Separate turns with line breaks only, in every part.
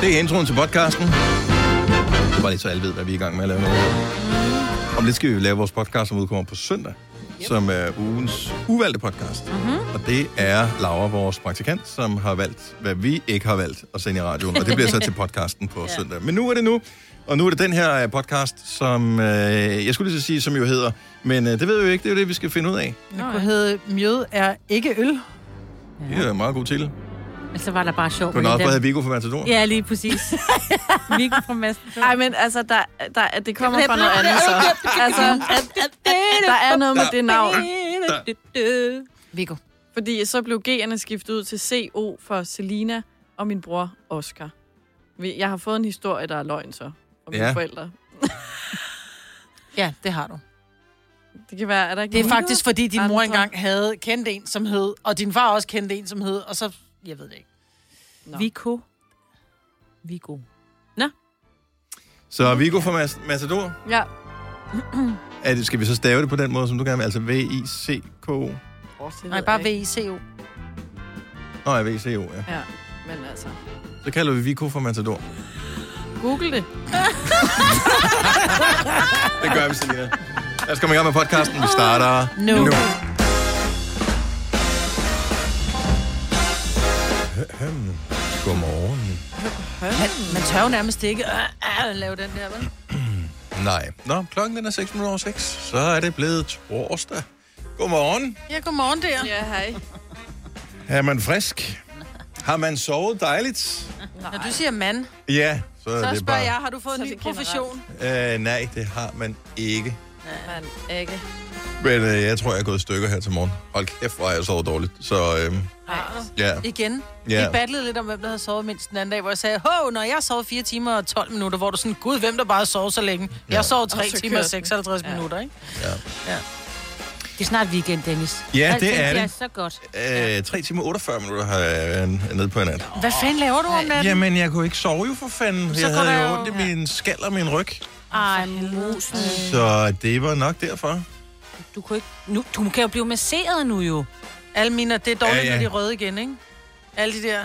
Det er introen til podcasten. Det var lige så alle ved, hvad vi er i gang med at lave noget. Om lidt skal vi lave vores podcast, som udkommer på søndag, yep. som er ugens uvalgte podcast. Mm-hmm. Og det er Laura, vores praktikant, som har valgt, hvad vi ikke har valgt at sende i radioen. Og det bliver så til podcasten på ja. søndag. Men nu er det nu, og nu er det den her øh, podcast, som øh, jeg skulle lige så sige, som jo hedder, men øh, det ved vi jo ikke, det er jo det, vi skal finde ud af.
Det kunne hedde, mjød er ikke øl.
Det er en meget god titel.
Altså var der bare sjov.
Kunne den også bare hedde Viggo fra Matador?
Ja, lige præcis. Viggo fra Masten.
Nej, men altså, der, der, at det kommer fra noget andet, så. Altså, at, at, at der er noget med det navn.
Viggo.
Fordi så blev G'erne skiftet ud til CO for Selina og min bror Oscar. Vi- Jeg har fået en historie, der er løgn så, om mine
Ja.
forældre.
Ja, det har du.
Det kan være, er der ikke
Det er
nogen-
faktisk, fordi din mor
Andre.
engang havde kendt en, som hed, og din far også kendte en, som hed, og så, jeg ved det ikke.
Viggo. Viggo.
Så Viggo fra Mas- Matador,
Ja,
er det, skal vi så stave det på den måde, som du gerne vil? Altså V-I-C-K-O?
Nej, bare V-I-C-O.
Nå, ja, V-C-O, ja.
Ja, men altså.
Så kalder vi Viggo fra Matador.
Google det.
Det gør vi, Selina. Lad os komme i gang med podcasten. Vi starter
Nu.
nu.
Nu.
Ahem. Godmorgen.
Men man tør jo nærmest ikke øh, øh, lave den der, vel?
Nej. Nå, klokken den er 6 minutter over 6. Så er det blevet torsdag. Godmorgen.
Ja, godmorgen der.
Ja, hej.
Er man frisk? Har man sovet dejligt?
Når du siger mand,
Ja, så er
så
det
spørger jeg,
bare...
har du fået
Så
en
er
ny
det generelt.
profession?
Øh, nej, det har man ikke.
Man, ikke.
Men øh, jeg tror, jeg er gået i stykker her til morgen. Hold kæft, hvor har jeg sovet dårligt. Så øh,
Ej.
ja.
Igen.
Ja.
Ja. Vi battlede lidt om, hvem der havde sovet mindst den anden dag, hvor jeg sagde, hov, når jeg sov 4 timer og 12 minutter, hvor du sådan, gud, hvem der bare sov så længe. Jeg
Ja.
sov 3
Og så
timer
kørte
og
den.
56
Ja.
ja. minutter, ikke?
Det er snart weekend, Dennis.
Ja,
Alting
det er det.
bliver så godt.
Øh, 3 timer 48 minutter har jeg øh, nede på en nat.
Hvad fanden laver du om natten?
Jamen, jeg kunne ikke sove jo for fanden.
Så
jeg
går
havde
der
jo
jo-
ondt i min skal og min ryg.
Ej, musen.
Så det var nok derfor.
Du, kunne ikke, nu, du kan jo blive masseret nu jo.
Alle mine, det er dårligt,
Ja,
ja,
ja.
ja. når de er røde igen, ikke? Alle de der...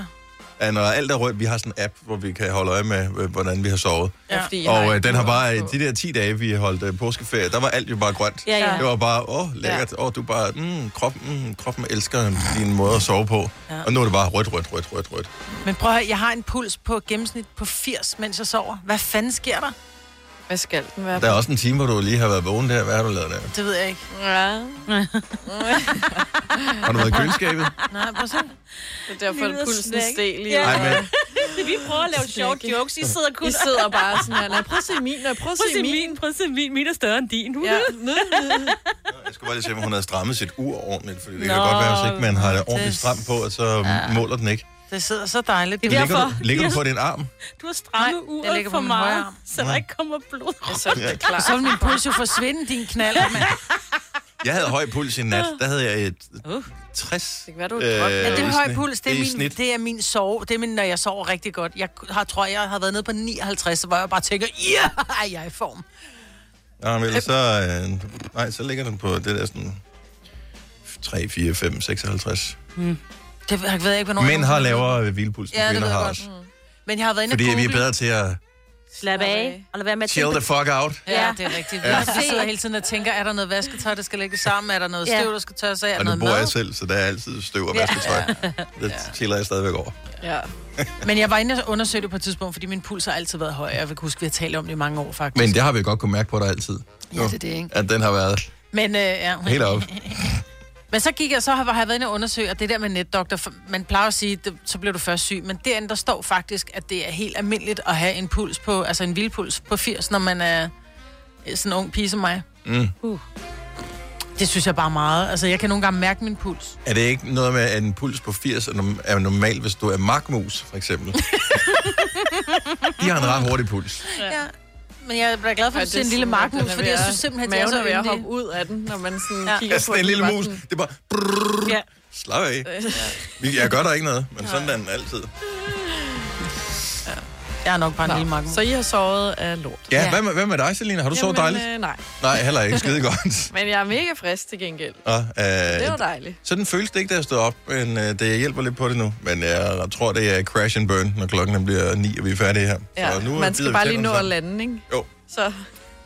Ja, når alt er rødt, vi har sådan en app, hvor vi kan holde øje med, øh, hvordan vi har sovet.
Ja.
Ja.
Fordi,
Og øh, den har bare, øh, de der 10 dage, vi holdt øh, påskeferie, der var alt jo bare grønt.
Ja, ja.
Det var bare, åh, lækkert. Åh, du er bare, mm, kroppen, mm, kroppen elsker din måde at sove på.
Ja.
Og nu er det bare rødt, rødt, rødt, rødt, rødt.
Men prøv at høre, jeg har en puls på gennemsnit på 80, mens jeg sover. Hvad fanden sker der?
Hvad skal den være?
Der er også en time, hvor du lige har været vågen der. Hvad har du lavet der?
Det ved jeg ikke.
Ja.
Har du været i køleskabet?
Nej, prøv at se.
Det er derfor, at
Lille
pulsen
snack.
steg lige.
Nej, men
Vi prøver at lave sjove jokes. I sidder
I sidder bare sådan her. Nej, prøv at se min, og prøv at se min.
prøv at se min. Min er større end din.
Ja,
jeg skulle bare lige se, om hun havde strammet sit ur ordentligt. Fordi det Nå, kan godt være, hvis ikke man har det ordentligt
det-
stramt på, og så måler den ikke.
Det sidder så dejligt. Det
Ligger du, ligger du på din arm?
Du har strammet
Nej, jeg
uret
ligger
for
på min højre
meget,
arm.
så der ikke kommer blod.
så er det klart.
Så vil min puls jo forsvinde, din knald, mand.
Jeg havde høj puls i nat. Der havde jeg et
Uh.
60.
Det kan være, du er drømt. Ja,
Ja, det er høj
i
puls. Det er,
i
min,
snit.
det er min sove. Det er min, når jeg sover rigtig godt. Jeg har, tror, jeg har været nede på 59, så hvor jeg bare tænker, ja, yeah, jeg er i form.
Ja, men ellers så, øh, nej, så ligger den på det der sådan 3, 4, 5, 56.
Det ved- jeg ved jeg ikke, hvornår... jeg
Mænd har
nogensinde-
lavere hvilpuls, end
Ja, det
kvinder
ved jeg
har
godt. Mm.
også.
Men jeg har været inde
Fordi
og
vi
google.
er bedre til at
Slap af, og lad være med at
chill the
tænke.
fuck out.
Ja, det er rigtigt.
Ja.
Jeg sidder hele tiden og tænker, er der noget vasketøj, der skal lægges sammen? Er der noget
Ja.
støv, der skal tørres af? Er der
Og nu
noget
bor jeg
mad?
selv, så der er altid støv og vasketøj. Det chiller jeg stadigvæk over.
Ja.
Men jeg var inde og undersøgte det på et tidspunkt, fordi min puls har altid været høj. Jeg kan huske, vi har talt om det i mange år, faktisk.
Men det har vi godt kunne mærke på dig altid.
Ja, det er det, ikke?
At den har været
Men, øh, ja.
helt op.
Men så gik jeg, så har, har jeg været inde og undersøge, og det der med netdoktor, for man plejer at sige, det, så bliver du først syg, men derinde, der står faktisk, at det er helt almindeligt at have en puls på, altså en vildpuls på 80, når man er øh, sådan en ung pige som mig.
Mm.
Uh. Det synes jeg bare er meget. Altså, jeg kan nogle gange mærke min puls.
Er det ikke noget med, at en puls på 80 er norm- er normal, hvis du er magmus, for eksempel? De har en ret hurtig puls.
Ja. Men jeg er glad for, at du siger en lille markmus, fordi jeg synes simpelthen, at det er
maven
så
er ved at
yndig.
hoppe ud af den, når man sådan
Ja.
ja. kigger
Ja,
på
sådan
den,
en lille
bare
mus.
sådan-
Altså, Det er bare... Brrr,
Ja.
Slap af. Vi- Jeg gør der ikke noget, men sådan er den altid.
Jeg er nok bare en
Nå,
lille makken.
så I har sovet af lort.
Ja, hvad med, hvad med dig, Selina? Har du sovet dejligt?
Øh, nej,
Nej, heller ikke. Skide godt.
men jeg er mega frisk til gengæld.
Og, øh,
Det var dejligt.
sådan føles det ikke, da jeg stod op, men øh, det hjælper lidt på det nu. Men jeg tror, det er crash and burn, når klokken bliver 9, og vi er færdige her.
Ja,
nu bider
man skal
vi
bare lige
tænderne
nå at
sammen.
lande, ikke?
Jo.
Så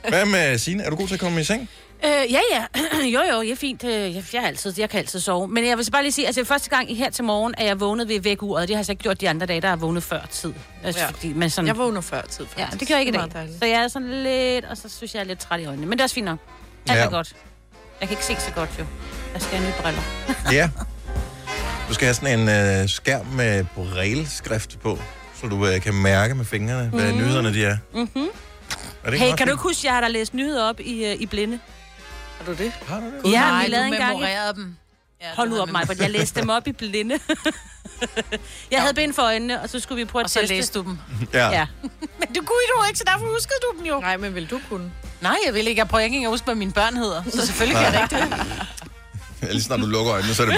Hvad med Signe? Er du god til at komme i seng?
Øh, ja, ja. jo, jo, jeg er fint. Øh, Jeg, jeg, er altid, jeg kan altid sove. Men jeg vil så bare lige sige, altså første gang i her til morgen, at jeg vågnede ved vækkeuret. Det har jeg så ikke gjort de andre dage, der har vågnet før tid. Altså,
Ja.
ja. fordi man sådan...
jeg vågner før tid, faktisk.
ja, det gør jeg ikke i
Det er
dag.
meget dejligt.
Så jeg er sådan lidt, og så synes jeg, jeg er lidt træt i øjnene. Men det er også fint nok. Alt
Ja.
ja. er godt. Jeg kan ikke se så godt, jo. Jeg skal have nye briller.
Ja. Du skal have sådan en øh, skærm med brailleskrift på, så du øh, kan mærke med fingrene, hvad
Mm.
nyhederne de er. Mm-hmm. er det ikke
Hey,
meget
kan du
fint?
ikke huske, jeg har da læst nyheder op i, øh, i blinde?
Har du det?
Har du det?
Ja,
Nej,
vi lavede
du
engang et-
memorerede dem. Ja,
Hold
du
nu
havde
op, mig, jeg læste dem op i blinde. jeg havde ben for øjnene, og så skulle vi prøve
Og
at
så
teste.
læste du dem.
Ja.
Ja.
ja.
Men det kunne I dog ikke, så derfor huskede du dem jo.
Nej, men vil du kunne?
Nej, jeg vil ikke. Jeg prøver ikke engang at huske, hvad mine børn hedder. Så selvfølgelig kan jeg da ikke det.
Lige snart du lukker øjnene, så er det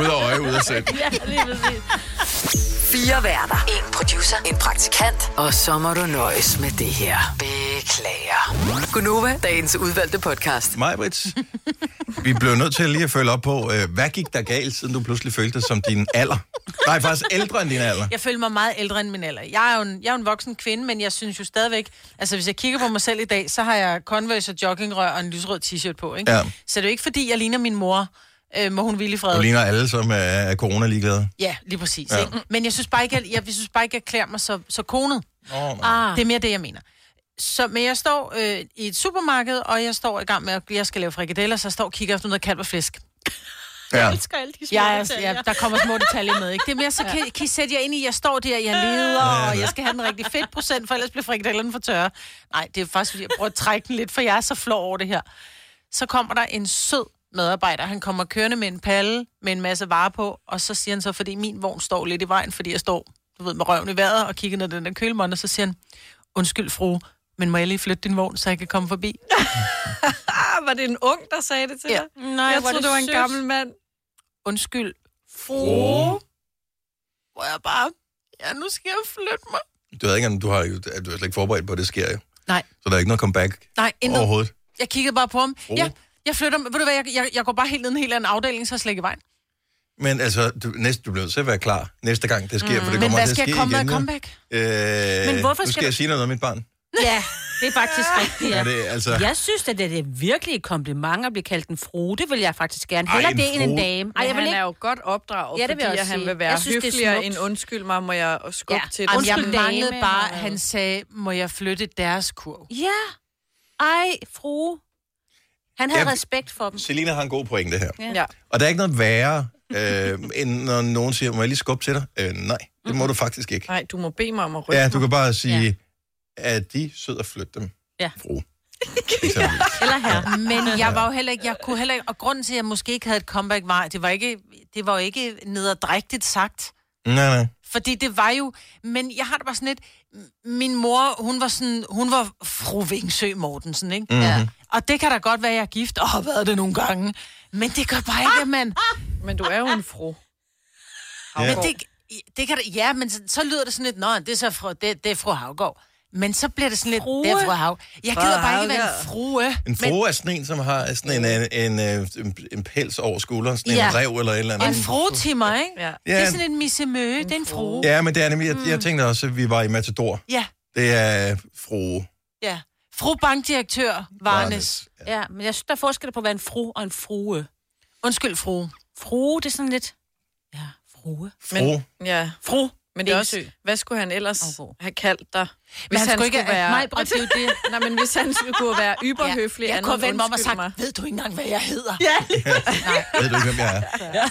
ud af øje, ud af sæt.
Ja, lige præcis.
Fire værter. En producer. En praktikant. Og så må du nøjes med det her. Beklager. Gunova, dagens udvalgte podcast.
Majbrits, vi blev nødt til lige at følge op på, øh, hvad gik der galt, siden du pludselig følte dig som din alder? Nej, faktisk ældre end din alder.
Jeg føler mig meget ældre end min alder. Jeg er jo en, jeg er jo en voksen kvinde, men jeg synes jo stadigvæk... Altså, hvis jeg kigger på mig selv i dag, så har jeg Converse og joggingrør og en lysrød t-shirt på, ikke?
Ja.
Så det er jo ikke, fordi jeg ligner min mor, øh, må hun hvile i fred.
Du ligner alle, som er, er corona-ligeglade.
Ja, lige præcis.
Ja.
Ja. Men jeg synes bare ikke, jeg, jeg, jeg synes bare ikke, jeg klæder mig så, så konet.
Oh,
Ah. Det er mere det, jeg mener. Så, men jeg står øh, i et supermarked, og jeg står i gang med, at jeg skal lave frikadeller, så jeg står og kigger efter noget kalv og flæsk.
ja.
elsker alle de små
Jeg er, ja, der kommer små detaljer med, ikke? Det er mere, så kan, kan I sætte jer ind i, jeg står der, jeg leder, og jeg skal have den rigtige fedtprocent, for ellers bliver frikadellerne for tørre. Nej, det er faktisk, fordi jeg prøver at trække den lidt, for jeg er så flov over det her. Så kommer der en sød medarbejder, han kommer kørende med en palle, med en masse varer på, og så siger han så, fordi min vogn står lidt i vejen, fordi jeg står, du ved, med røven i vejret og kigger ned ad den der kølemånd, og så siger han, undskyld fru, men må jeg lige flytte din vogn, så jeg kan komme forbi?
Ah, var det en ung, der sagde det til
Ja.
dig?
Nej,
Jeg troede, det var en gammel mand.
Undskyld fru. Hvor jeg bare, ja, nu skal jeg flytte mig.
Du ved ikke, om du har, du er slet ikke forberedt på, at det sker jo.
Nej.
Så der er ikke noget comeback
Nej, intet.
overhovedet.
Jeg kiggede bare på ham.
Oh.
Ja, jeg flytter mig. Ved du hvad, jeg, jeg, jeg går bare helt ned i en helt anden afdeling, så er jeg slet ikke i vejen.
Men altså, du, næste, du bliver nødt til at være klar næste gang, det sker, mm. for det
Men
kommer
hvad
til at ske
skal jeg komme med
igen.
af
jo.
comeback?
Øh,
Men hvorfor
nu skal
skal
jeg
du-
sige noget om mit barn.
Ja, det er faktisk rigtigt,
Ja.
ja.
Er det, altså, ja.
Jeg synes, at det er det virkelige kompliment at blive kaldt en frue. Det vil jeg faktisk gerne.
Ej,
Heller
en
det end en
frue.
dame.
Ej,
Ej, jeg vil
han
ikke...
er jo godt opdraget, ja,
Ja, det
det
vil jeg
fordi
også
han
sige.
vil være
Jeg synes, det er
høfligere
smukt.
end undskyld mig, må jeg skubbe
Ja,
til
ej,
dig.
Jamen, jeg
Undskyld, dame,
manglede bare,
og-
han sagde, må jeg flytte deres kurv?
Ja. Ej, frue. Han havde
Ja.
respekt for dem.
Selina har en god pointe her.
Ja.
Og der er ikke noget værre, øh, end når nogen siger, må jeg lige skubbe til dig? Øh, nej, det må du faktisk ikke.
Nej, du må bede mig om at rykke
Ja, du
mig.
kan bare sige, ja. at de sød at flytte dem.
Ja.
Fru. Eksempelvis.
Eller her.
Men jeg var jo heller ikke, jeg kunne heller ikke, og grunden til, at jeg måske ikke havde et comeback, var, det var ikke, det var jo ikke nederdrægtigt sagt.
nej, nej.
Fordi det var jo, men jeg har det bare sådan lidt, m- min mor, hun var sådan, hun var fru Vingsø Mortensen, ikke? Mm-hmm.
Mhm.
Ja. Og det kan da godt være, at jeg er gift, og har været det nogle gange. Men det gør bare ikke, at man...
Men du er jo en fru.
Men det, det kan da, ja, men så, så lyder det sådan lidt, nå, det er så fru, det, det er fru Havgård. Men så bliver det sådan lidt,
Frue.
det er fru Hav. Jeg gider bare ikke være en frue.
En frue er sådan en, som har sådan en, en, en, øh, en, en pels over skulderen, sådan ja.
Ja.
en rev eller et eller andet.
En frue til mig, ikke?
Ja.
Det er sådan en missemø, det er en frue.
Ja, men det er nemlig, jeg,
Mm.
jeg tænkte også, at vi var i Matador.
Ja,
Det er frue.
ja. Fru bankdirektør Varnes.
Ja, men jeg synes, der er forskel på at være en fru og en frue.
Undskyld, frue.
Frue, det er sådan lidt... Ja, frue.
Varnes. Frue.
Ja.
Fru.
Men det er
Vingsø.
også, hvad skulle han ellers
Havgård.
have kaldt dig? Hvis
han skulle ikke have-
være...
Nej,
og det er jo det. Nej, men hvis han skulle kunne være yberhøflig,
Jeg
andet
kunne
end
vende mig om og
undskyld
sagt,
mig.
ved du ikke engang, hvad jeg hedder?
Ved du ikke, hvem jeg er?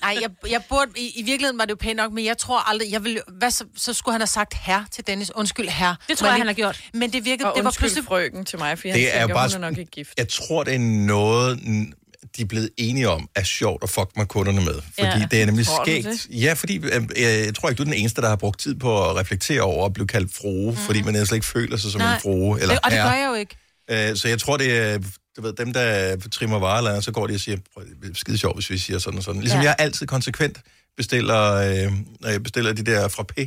Nej, jeg, jeg burde, i, i virkeligheden var det jo pænt nok, men jeg tror aldrig, jeg ville, hvad så, så skulle han have sagt herre til Dennis. Undskyld, herre.
Det tror
Men
jeg,
det-
han har gjort.
Men det virkede,
Og
det var
undskyld
pludselig...
frøken til mig, for han
Det er
tænker,
bare
hun er nok ikke gift.
Jeg tror, det er noget, n- de er blevet enige om, er sjovt at fuck med kunderne med. Fordi ja.
Ja.
det er nemlig
Tror du
skægt.
det?
Ja, fordi øh, øh, jeg tror ikke, du er den eneste, der har brugt tid på at reflektere over at blive kaldt frue, mm. fordi man slet ikke føler sig som Nej. en frue eller
Det- Og det gør
herre.
jeg jo ikke.
Øh, så jeg tror, det er du ved, dem, der trimmer varer eller andet, så går de og siger, "Prøv, det er skide sjovt, hvis vi siger sådan og sådan. Ligesom ja.
Ja.
jeg altid konsekvent bestiller, øh, når jeg bestiller de der fra P, så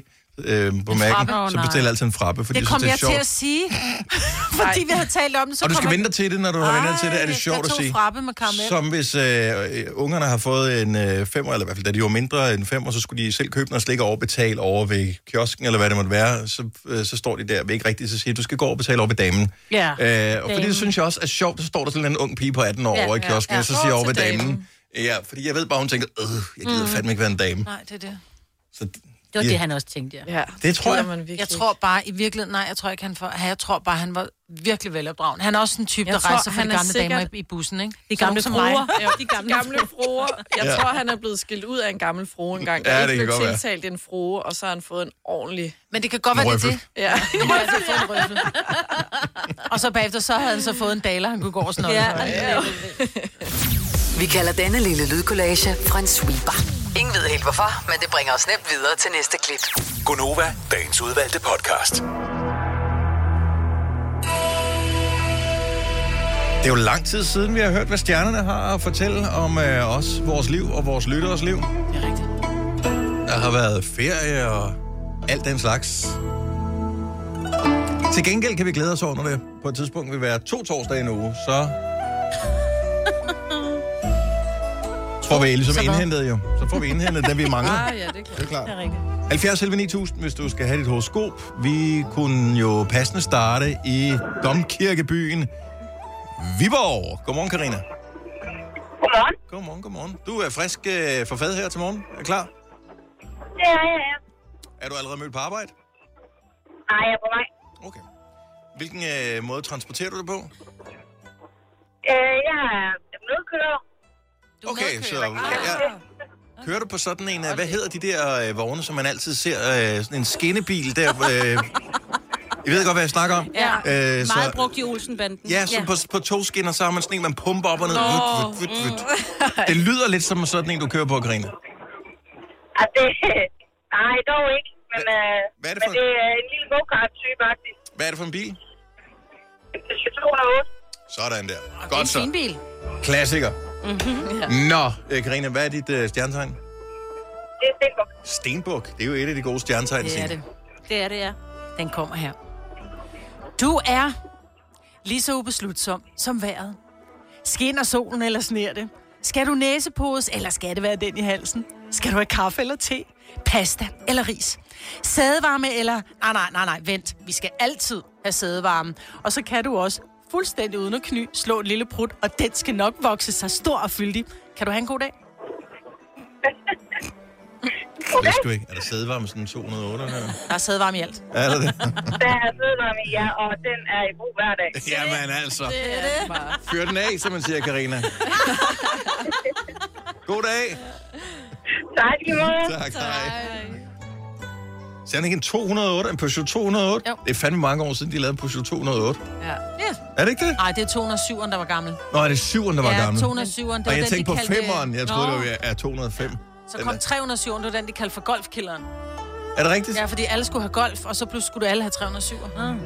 øh, på Mac'en,
frappe? Åh,
så
nej.
bestil altid en frappe, fordi
det
jeg
kom
synes, det er
jeg til
sjovt.
at sige, fordi vi havde talt om det. Så
og du skal
kommer-
vente til det, når du har vendt dig til det, er
Ej,
det sjovt
jeg
at
tog
se.
frappe med karamel.
Som hvis øh, øh, ungerne har fået en øh, femmer, eller i hvert fald da de var mindre end femmer, så skulle de selv købe noget slik og overbetale over ved kiosken, eller hvad det måtte være. Så, øh, så står de der ved ikke rigtigt, så siger de, du skal gå over og betale over ved damen.
Ja,
Øh, og fordi
damen.
det synes jeg også er sjovt, så står der sådan en ung pige på 18 år
Ja,
over i
ja,
kiosken,
ja.
og så
Gå
siger jeg over ved
til
damen.
damen. Mm.
Ja, fordi jeg ved bare, hun tænker, øh, jeg gider fandme ikke være en dame.
Nej, det er det.
Så
det var
Ja.
det, han også tænkte, ja.
Ja,
det tror
gider
jeg.
Man virkelig
Jeg tror bare, i virkeligheden, nej, jeg tror ikke, han for, jeg tror bare, han var virkelig velopdragen. Han er også en type,
Jeg
der
tror,
rejser for de
han er
gamle
sikkert-
damer i, i bussen, ikke?
De gamle
Sådan nogen
fruer.
som mig.
Ja, de gamle, gamle fruer. Jeg
Ja.
ja. tror, han er blevet skilt ud af en gammel frue engang.
Ja,
der
det
ikke
kan
blev
godt være.
tiltalt en frue, og så har han fået en ordentlig...
Men det kan godt være, det er
Røffel.
det.
Ja.
Det kan altid få en røffel. Og så bagefter, så havde han så fået en daler, han kunne gå over sådan noget. Ja.
Vi kalder denne lille lydkollage en sweeper. Ingen ved helt hvorfor, men det bringer os nemt videre til næste klip.
Gunova, dagens udvalgte podcast.
Det er jo lang tid siden, vi har hørt, hvad stjernerne har at fortælle om øh, os, vores liv og vores lytteres liv.
Det er rigtigt.
Der har været ferie og alt den slags. Til gengæld kan vi glæde os over, når det på et tidspunkt vil være to torsdage i en uge, så... Tror vi ligesom
Så hvad?
indhentet jo. Så får vi indhentet, da vi mangler.
Ah, ja, det er klart.
Det er klart. 70 11 9000, hvis du skal have dit horoskop. Vi kunne jo passende starte i domkirkebyen Viborg. Godmorgen, Karina.
Godmorgen.
Godmorgen, godmorgen. Du er frisk øh, for fad her til morgen. Er klar?
Det er jeg, ja.
Er du allerede mødt på arbejde?
Nej, jeg er på vej.
Okay. Hvilken øh, måde transporterer du dig på?
Øh, jeg er medkører.
Du
Okay, så
medkører.
ja.
Ah.
kører du på sådan en, øh, hvad hedder de der øh, vogne, som man altid ser, øh, sådan en skinnebil der? Øh, I ved godt, hvad jeg snakker om?
Ja.
Øh, så-
Meget brugt i Olsenbanden.
Ja, så ja. På, på togskinner, så har man sådan en, man pumper op og ned. Vut, vut, vut, vut.
Mm.
Det lyder lidt som sådan en, du kører på, Karina.
Ah, det... Nej, dog ikke. Men, øh,
hvad er det
men
for-
det er en lille go-kart-type, faktisk.
Hvad er det for en bil?
Det er 208.
Sådan der. Godt
En fin
så.
bil. Mm-hmm,
Klassiker. Nå, øh, Karina, hvad er dit øh, stjernetegn?
Det er Stenbuk.
Stenbuk. Det er jo et af de gode stjernetegn.
Det er
Signe.
det.
Det er det, ja.
Den kommer her. Du er lige så ubeslutsom som vejret. Skinner solen eller sner det? Skal du næsepose, eller skal det være den i halsen? Skal du have kaffe eller te? Pasta eller ris? Sædevarme eller... Nej, nej, nej, nej, vent. Vi skal altid have sædevarme. Og så kan du også fuldstændig uden at kny slå et lille prut, og den skal nok vokse sig stor og fyldig. Kan du have en god dag?
Det vidste du ikke. Er der sædevarme sådan 208? Her?
Der er sædevarme i alt.
Er der det?
Der er sødvarme i jer, og den er i brug hver dag.
Jamen altså.
Det er bare...
Fyr den af, som man siger, Karina. God dag.
Tak i måde.
Tak, hej. Så han ikke en 208, en Peugeot 208?
Jo.
Det er fandme mange år siden, de lavede en Peugeot 208.
Ja.
Er det ikke det?
Nej, det er 207'eren, der var gammel.
Nå, er det 7'eren, der var
ja,
gammel?
207'eren. Det var
Og jeg
den, de
tænkte på
kaldte- øh,
5'eren. Jeg troede,
Nå.
det var ja, 205.
Så
Den
kom
er-
307, det var den, de kaldte for golfkilleren.
Er det rigtigt?
Ja, fordi alle skulle have golf, og så pludselig skulle alle have 307. Mm.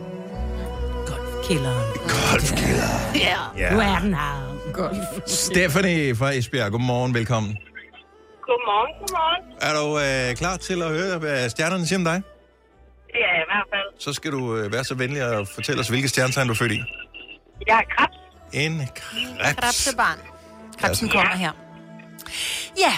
Kælderen.
Golfkælder.
Nu er den her.
Stephanie fra Esbjerg, godmorgen, velkommen.
Godmorgen, godmorgen.
Er du øh, klar til at høre, hvad stjernerne siger om dig?
Det er jeg i hvert fald.
Så skal du øh, være så venlig at fortælle os, hvilke stjernetegn du er født i.
Jeg er krebs.
En krebs.
Krabsebarn. Krebsen kommer her. Ja,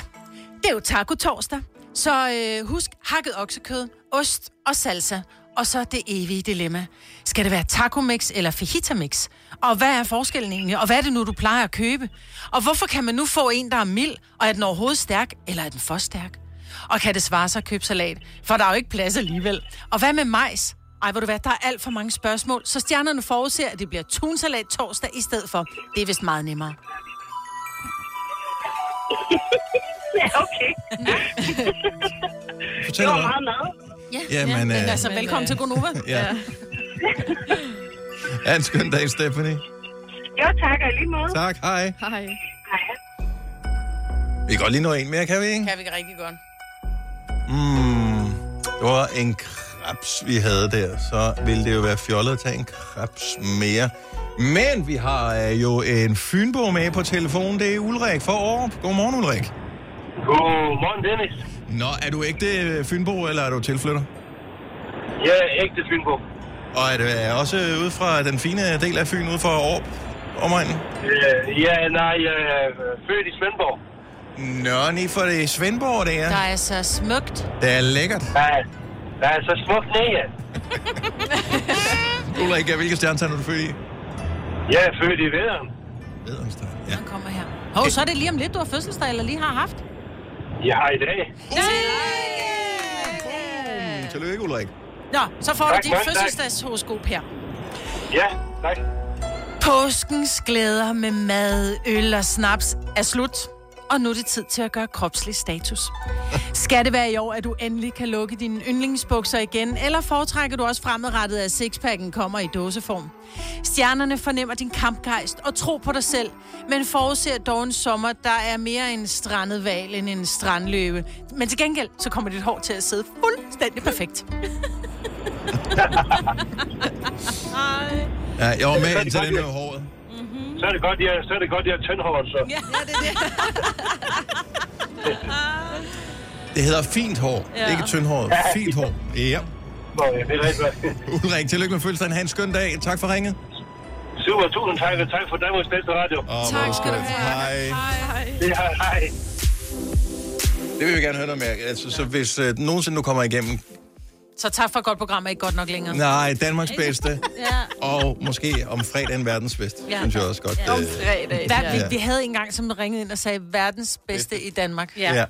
det er jo taco-torsdag. Så øh, husk hakket oksekød, ost og salsa. Og så det evige dilemma. Skal det være taco-mix eller fajita-mix? Og hvad er forskellen egentlig? Og hvad er det nu, du plejer at købe? Og hvorfor kan man nu få en, der er mild? Og er den overhovedet stærk? Eller er den for stærk? Og kan det svare sig at købe salat? For der er jo ikke plads alligevel. Og hvad med majs? Ej, hvor du hvad, der er alt for mange spørgsmål, så stjernerne forudser, at det bliver tunsalat torsdag i stedet for. Det er vist meget nemmere.
Ja, okay.
Fortæl
Det var
noget.
meget mad.
Jamen, øh,
altså, velkommen til Gonova.
ja. Ha' en skøn dag, Stephanie.
Jo, tak og i lige måde.
Tak, hej.
Hej.
Hej.
Vi kan godt lige nå en mere, kan vi ikke?
Kan vi rigtig godt.
Mm, det var en krebs, vi havde der. Så ville det jo være fjollet at tage en krebs mere. Men vi har øh, jo en fynbo med på telefonen. Det er Ulrik for Aarup. Godmorgen, Ulrik.
Godmorgen, Dennis.
Nå, er du ægte øh, fynbo, eller er du tilflytter?
Jeg er ægte Fynbo.
Og er det øh, også ude fra den fine del af Fyn, ude fra Aarup, omegnen?
Øh, ja, nej, jeg er født i Svendborg.
Nå, lige for det er Svendborg, det er.
Der er så smukt.
Det er lækkert.
Der er, der er så smukt nede.
Ulrik, hvilke stjernetegn er du født i?
Jeg er født i Vederen.
Vedhamstegn, ja.
Han kommer her. Hov, så er det lige om lidt, du har fødselsdag, eller lige har haft.
Jeg har i dag.
Mm, Tillykke, Ulrik.
Nå, så får du
Tak,
dit
mange tak.
fødselsdagshoroskop her.
Ja, tak.
Påskens glæder med mad, øl og snaps er slut, og nu er det tid til at gøre kropslig status. Skal det være i år, at du endelig kan lukke dine yndlingsbukser igen, eller foretrækker du også fremadrettet, at sixpacken kommer i dåseform? Stjernerne fornemmer din kampgejst og tro på dig selv, men forudser dog en sommer, der er mere en strandet val end en strandløve. Men til gengæld, så kommer dit hår til at sidde fuldstændig perfekt.
Ja, jeg var
Det
med
er
ind til
godt,
den med
ja.
håret.
Så er det godt, jeg, så er det godt, jeg er tyndhåret, så. Ja.
Det hedder fint hår, ja. ikke tyndhåret. Fint hår. Ja.
Nå, ja, det er rigtigt.
Ulrik, tillykke med fødselsdagen. Ha' en skøn dag. Tak for ringet.
Super, tusind tak, og tak for Danmarks bedste radio.
Og tak skal du have. Hej.
Det er, hej.
Det vil vi gerne høre dig med. Altså, så hvis øh, nogensinde du kommer igennem,
Så tak for et godt program, er ikke godt nok længere.
nej, Danmarks bedste,
Ja.
og måske om fredagen verdens bedste, ja.
Ja.
synes jeg også godt.
Ja.
øh,
Fredag.
Hver,
Ja.
vi, vi havde engang, som ringede ind og sagde, verdens bedste i Danmark.
Ja.
Ja.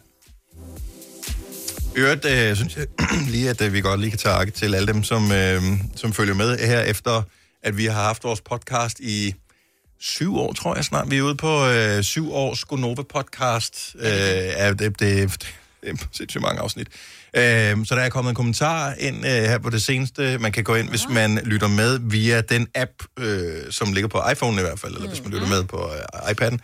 I Øvrigt, øh, synes jeg lige, at øh, vi godt lige kan takke til alle dem, som, øh, som følger med her efter, at vi har haft vores podcast i syv år, tror jeg snart. Vi er ude på øh, syv års Gonova podcast. Øh, ja, det, det, det er sindssygt mange afsnit. Øh, så der er kommet en kommentar ind øh, her på det seneste. Man kan gå ind, hvis man lytter med via den app, øh, som ligger på iPhone i hvert fald, eller hvis man lytter med på øh, iPad'en.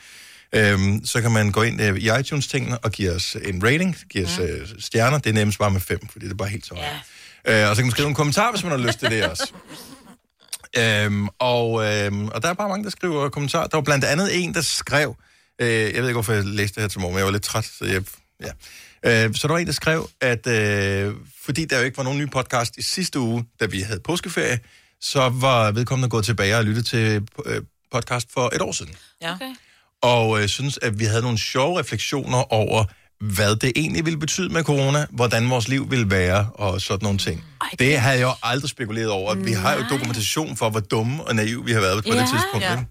Øhm, så kan man gå ind øh, i iTunes-tingene og give os en rating, give os øh, stjerner. Det er nemmest bare med fem, fordi det er bare helt så højt. Øh, og så kan man skrive en kommentar, hvis man har lyst til det også. Øhm, og, øhm, og der er bare mange, der skriver kommentarer. Der var blandt andet en, der skrev... Øh, jeg ved ikke, hvorfor jeg læste det her til morgen, men jeg var lidt træt, så jeg... Ja. Øh, så der var en, der skrev, at øh, fordi der jo ikke var nogen ny podcast i sidste uge, da vi havde påskeferie, så var vedkommende gået tilbage og lyttet til øh, podcast for et år siden
Ja.
Okay.
og øh, synes, at vi havde nogle sjove refleksioner over, hvad det egentlig ville betyde med corona, hvordan vores liv ville være og sådan nogle ting. Ej, det... det havde jeg jo aldrig spekuleret over. Vi har jo dokumentation for, hvor dumme og naiv vi har været på ja,
Ja.
det tidspunkt.
Ja.
Ja.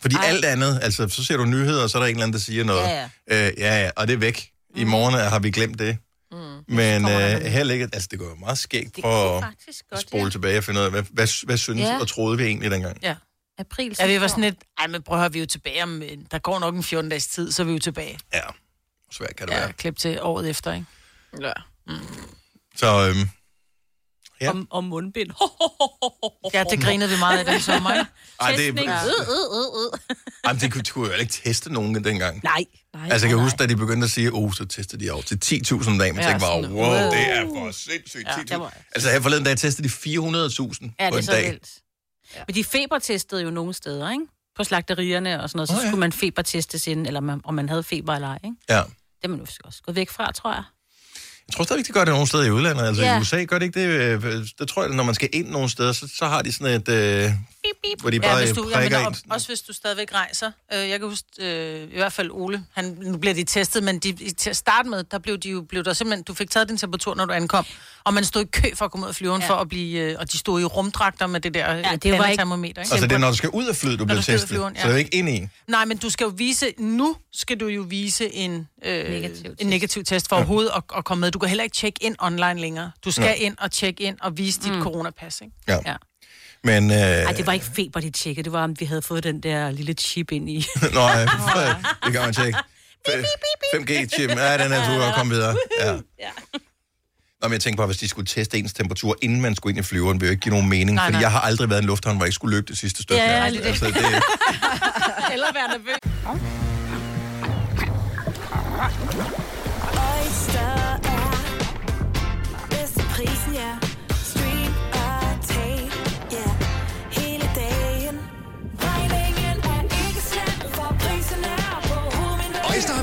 Fordi Ej. alt andet, altså så ser du nyheder, og så er der en eller anden, der siger noget.
Ja, Mm.
Øh, ja, ja og det er væk. I morgen har vi glemt det. Mm. Men øh, her ligger, altså det går jo meget skægt
Det
for
kunne faktisk
at
godt,
spole
ja.
tilbage og finde ud af, hvad, hvad, hvad synes
Ja.
og troede vi egentlig dengang.
April.
Ja, vi var sådan lidt, ej, men prøv at høre, vi er jo tilbage om, en- der går nok en 14 dages tid, så er vi jo tilbage.
Ja, Hvor svært kan det
Ja.
være.
Klip til året efter, ikke?
Ja.
Så øhm, Ja.
om, om mundbind.
Ja, det grinede vi meget af den sommer, ikke?
Ej, det,
Testning.
ja.
Øh, øh, øh, øh.
jamen, det kunne, de kunne jo heller ikke teste nogen dengang.
Nej.
altså, jeg kan huske, da de begyndte at sige, oh, så testede de over til 10.000 om dagen. Man
Ja,
tænkte bare,
sådan,
wow, det er for sindssygt.
det
10.000.
var-
Altså, her forleden dag testede de
Ja,
400.000 på
det er
en
så
dag.
vildt. Ja. Men de febertestede jo nogle steder, ikke? På slagterierne og sådan noget, så
Nå, ja.
skulle man febertestes ind, eller man, om man havde feber eller ej, ikke?
Ja.
Det er man jo også gået væk fra, tror jeg.
Jeg tror stadigvæk, de gør det nogle steder i udlandet. Altså,
Ja.
i USA gør det ikke det. Øh, Der tror jeg, at når man skal ind nogle steder, så, så har de sådan et... Øh, hvor de bare
Ja,
ja,
hvis du, ja, men
prikker
der,
ind.
også hvis du stadigvæk rejser. Øh, jeg kan huske, øh, i hvert fald Ole, han, nu bliver de testet, men de, i- til at starte med, der blev de jo, blev der simpelthen, du fik taget din temperatur, når du ankom, og man stod i kø for at komme ud af flyveren ja. for at blive, øh, og de stod i rumdragter med det der ja,
det var ikke-
termometer, ikke?
Altså, det er, når du skal ud af flyet, du bliver
du skal ud af
testet.
flyveren, ja.
Så det er jo ikke ind i.
Nej, men du skal jo vise, nu skal du jo vise en, øh,
Negativ
en
test.
negativ test for overhovedet at, at komme med. Du kan heller ikke tjekke ind online længere. Du skal ind og tjekke ind og vise dit mm. coronapas, ikke?
Ja.
Ja.
Men, øh,
Ej, det var ikke feber, de tjekkede. Det var, om vi havde fået den der lille chip ind i.
Nå, ja, det kan man tjekke. 5G-chip, ja, den er du godt komme videre. Ja. Nå, men jeg tænker bare, hvis de skulle teste ens temperatur, inden man skulle ind i flyveren, ville jo ikke give nogen mening, nej,
Nej,
fordi
nej.
jeg har aldrig været i en lufthavn, hvor jeg ikke skulle løbe det sidste stykke.
Ja, ja,
nærmest.
lige det.
altså, det,
eller være nervøs.
Oyster er bedst til prisen, ja. Stream og tag, ja. Hele dagen. Regningen er ikke slem, for prisen er på hovedet.
Øjster har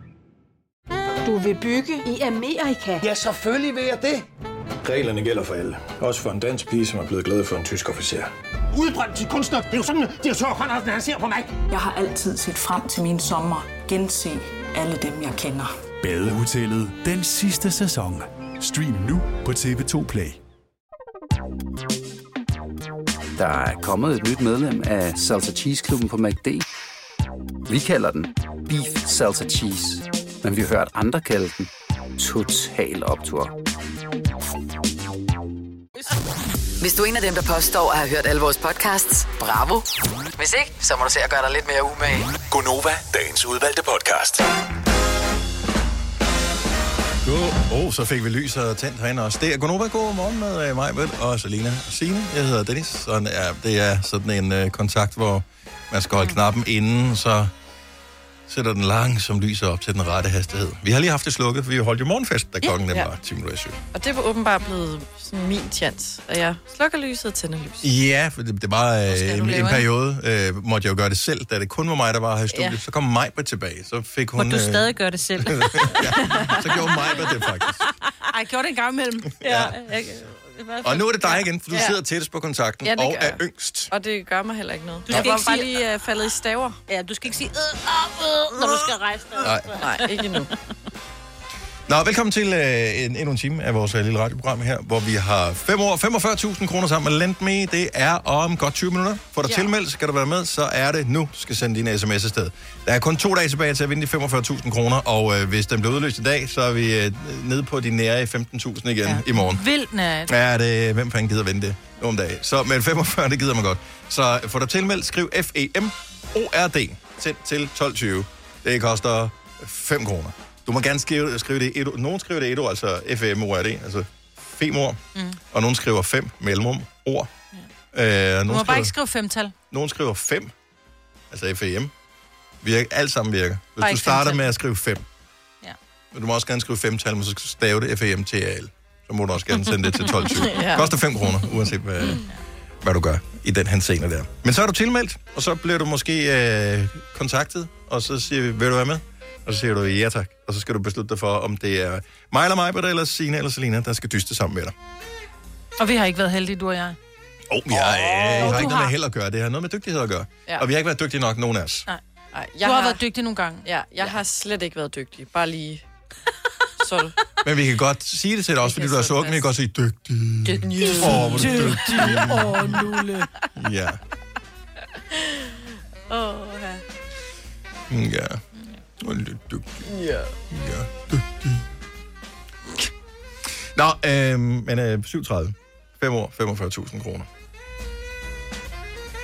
Du vil bygge i Amerika? Ja, selvfølgelig vil jeg det.
Reglerne gælder for alle. Også for en dansk pige, som er blevet glad for en tysk officer.
Udbrændt til kunstner. Det er jo sådan, at de har tørt, han ser på mig. Jeg har altid set frem til min sommer. Gense alle dem, jeg kender.
Badehotellet den sidste sæson. Stream nu på TV2 Play.
Der er kommet et nyt medlem af Salsa Cheese Klubben på MACD. Vi kalder den Beef Salsa Cheese, men vi har hørt andre kalde den Total Optor.
Hvis du er en af dem, der påstår at have hørt alle vores podcasts, bravo. Hvis ikke, så må du se at gøre dig lidt mere umage.
Gonova, dagens udvalgte podcast.
Åh, oh, så fik vi lys og tændt herinde også. Det er Gunova, god morgen med øh, mig, Britt og Selina og Signe. Jeg hedder Dennis. Sådan er, det er sådan en øh, kontakt, hvor man skal holde knappen inden, så sætter den langsomt lyset op til den rette hastighed. Vi har lige haft det slukket, for vi holdt jo morgenfest, da
Ja.
klokken nemlig
Ja.
var 10 minutter i syv.
Og det var åbenbart blevet sådan min chance, at jeg slukker lyset og tænder lyset.
Ja, for det, det var øh, en,
lave
en
en?
periode, øh, måtte jeg jo gøre det selv, da det kun var mig, der var her i studiet.
Ja.
Ja. Så kom Majbert tilbage, så fik
Hvor
hun... øh,
du stadig gør det selv.
så gjorde Majbert det faktisk.
Ej, jeg gjorde det en gang imellem.
Ja.
Jeg, i hvert fald.
Og nu er det dig igen, for du
Ja.
sidder tættest på kontakten
Ja, det
og
gør
er
jeg.
yngst.
Og det gør mig heller ikke noget.
Du
Du
skal
skal jeg
ikke
var bare
sige-
lige uh, faldet i staver.
Ja, du skal ikke sige, øh, øh, øh, når du skal rejse dig.
Nej.
Nej, ikke endnu.
Nå, velkommen til øh, en, endnu en time af vores øh, lille radioprogram her, hvor vi har fem år, 45.000 kroner sammen med Lendme. Det er om godt 20 minutter. Får du ja.
Ja.
tilmeldt, skal du være med, så er det nu, du skal sende dine sms afsted. Der er kun to dage tilbage til at vinde de 45.000 kroner, og øh, hvis den bliver udløst i dag, så er vi øh, nede på de nære 15.000 igen ja. i morgen.
Vildt nat.
Ja, det, hvem fanden gider vente det nu om dagen? Så, men 45, det gider man godt. Så få dig tilmeldt, skriv E F-E-M-O-R-D, send til 12.20. Det koster 5 kroner. Du må gerne skrive, skrive det i et, Nogen skriver det i et ord, altså F-E-M-O-R-D, altså femord,
Mm.
og nogen skriver fem mellemrum ord. Ja. Øh, og
Du
nogen,
må
skriver,
bare ikke skrive femtal.
nogen skriver fem, altså F-E-M. Virker, alt sammen virker.
Og
Hvis du
ikke
starter
femtal.
med at skrive fem,
Ja.
men du må også gerne skrive femtal, men så skal du stave det E F-E-M-T-A-L. Så må du også gerne sende det til 12.20.
Ja. Mm.
ja. Koster 5 kroner, uanset hvad, hvad du gør i den henseende der. Men så er du tilmeldt, og så bliver du måske øh, kontaktet, og så siger vi, vil du være med? Og så siger du ja tak, og så skal du beslutte dig for, om det er mig eller mig, eller Signe eller Selina, der skal dyste sammen med dig.
Og vi har ikke været heldige, du og jeg.
Åh, oh, jeg, øh,
Åh,
har
du
ikke noget
har.
med held at gøre, det har noget med dygtighed at gøre.
Ja.
Ja. Og vi har ikke været dygtige nok, nogen af os.
Nej.
Nej, jeg
Du har, været dygtig nogle gange.
Ja, jeg ja. har slet ikke været dygtig. Bare lige... Så
Men vi kan godt sige det til dig også, fordi du er så ung, men vi kan godt sige, dygtig.
Dygtig.
Åh, hvor er du dygtig.
Åh, Nulle.
Ja.
Åh, ja.
Ja. Og lidt dygtig.
Ja.
Ja, dygtig. Nå, øh, men øh, 37. 5 år, 45.000 kroner.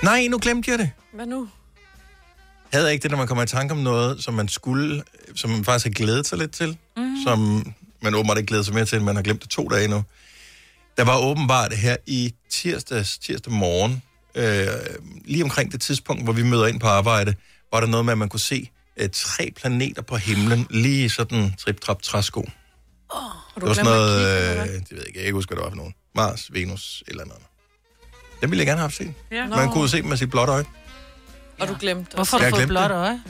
Nej, nu glemte jeg det.
Hvad nu?
Havde jeg ikke det, når man kommer i tanke om noget, som man skulle, øh, som man faktisk har glædet sig lidt til,
Mhm.
mm. som man åbenbart ikke glæder sig mere til, end man har glemt det to dage nu. Der var åbenbart her i tirsdags, tirsdag morgen, øh, lige omkring det tidspunkt, hvor vi møder ind på arbejde, var der noget med, at man kunne se øh, tre planeter på himlen, lige i sådan trip-trap-træsko.
Har
Det var sådan noget, øh, det ved jeg ikke, jeg kan ikke huske, hvad det var for nogen. Mars, Venus, et eller andet. Den ville jeg gerne have haft set.
Ja.
Man
Nå.
kunne jo se dem med sit blotte øje.
Og du glemte
Hvorfor har
Jeg
du fået
glemte
blåt
det.
øje?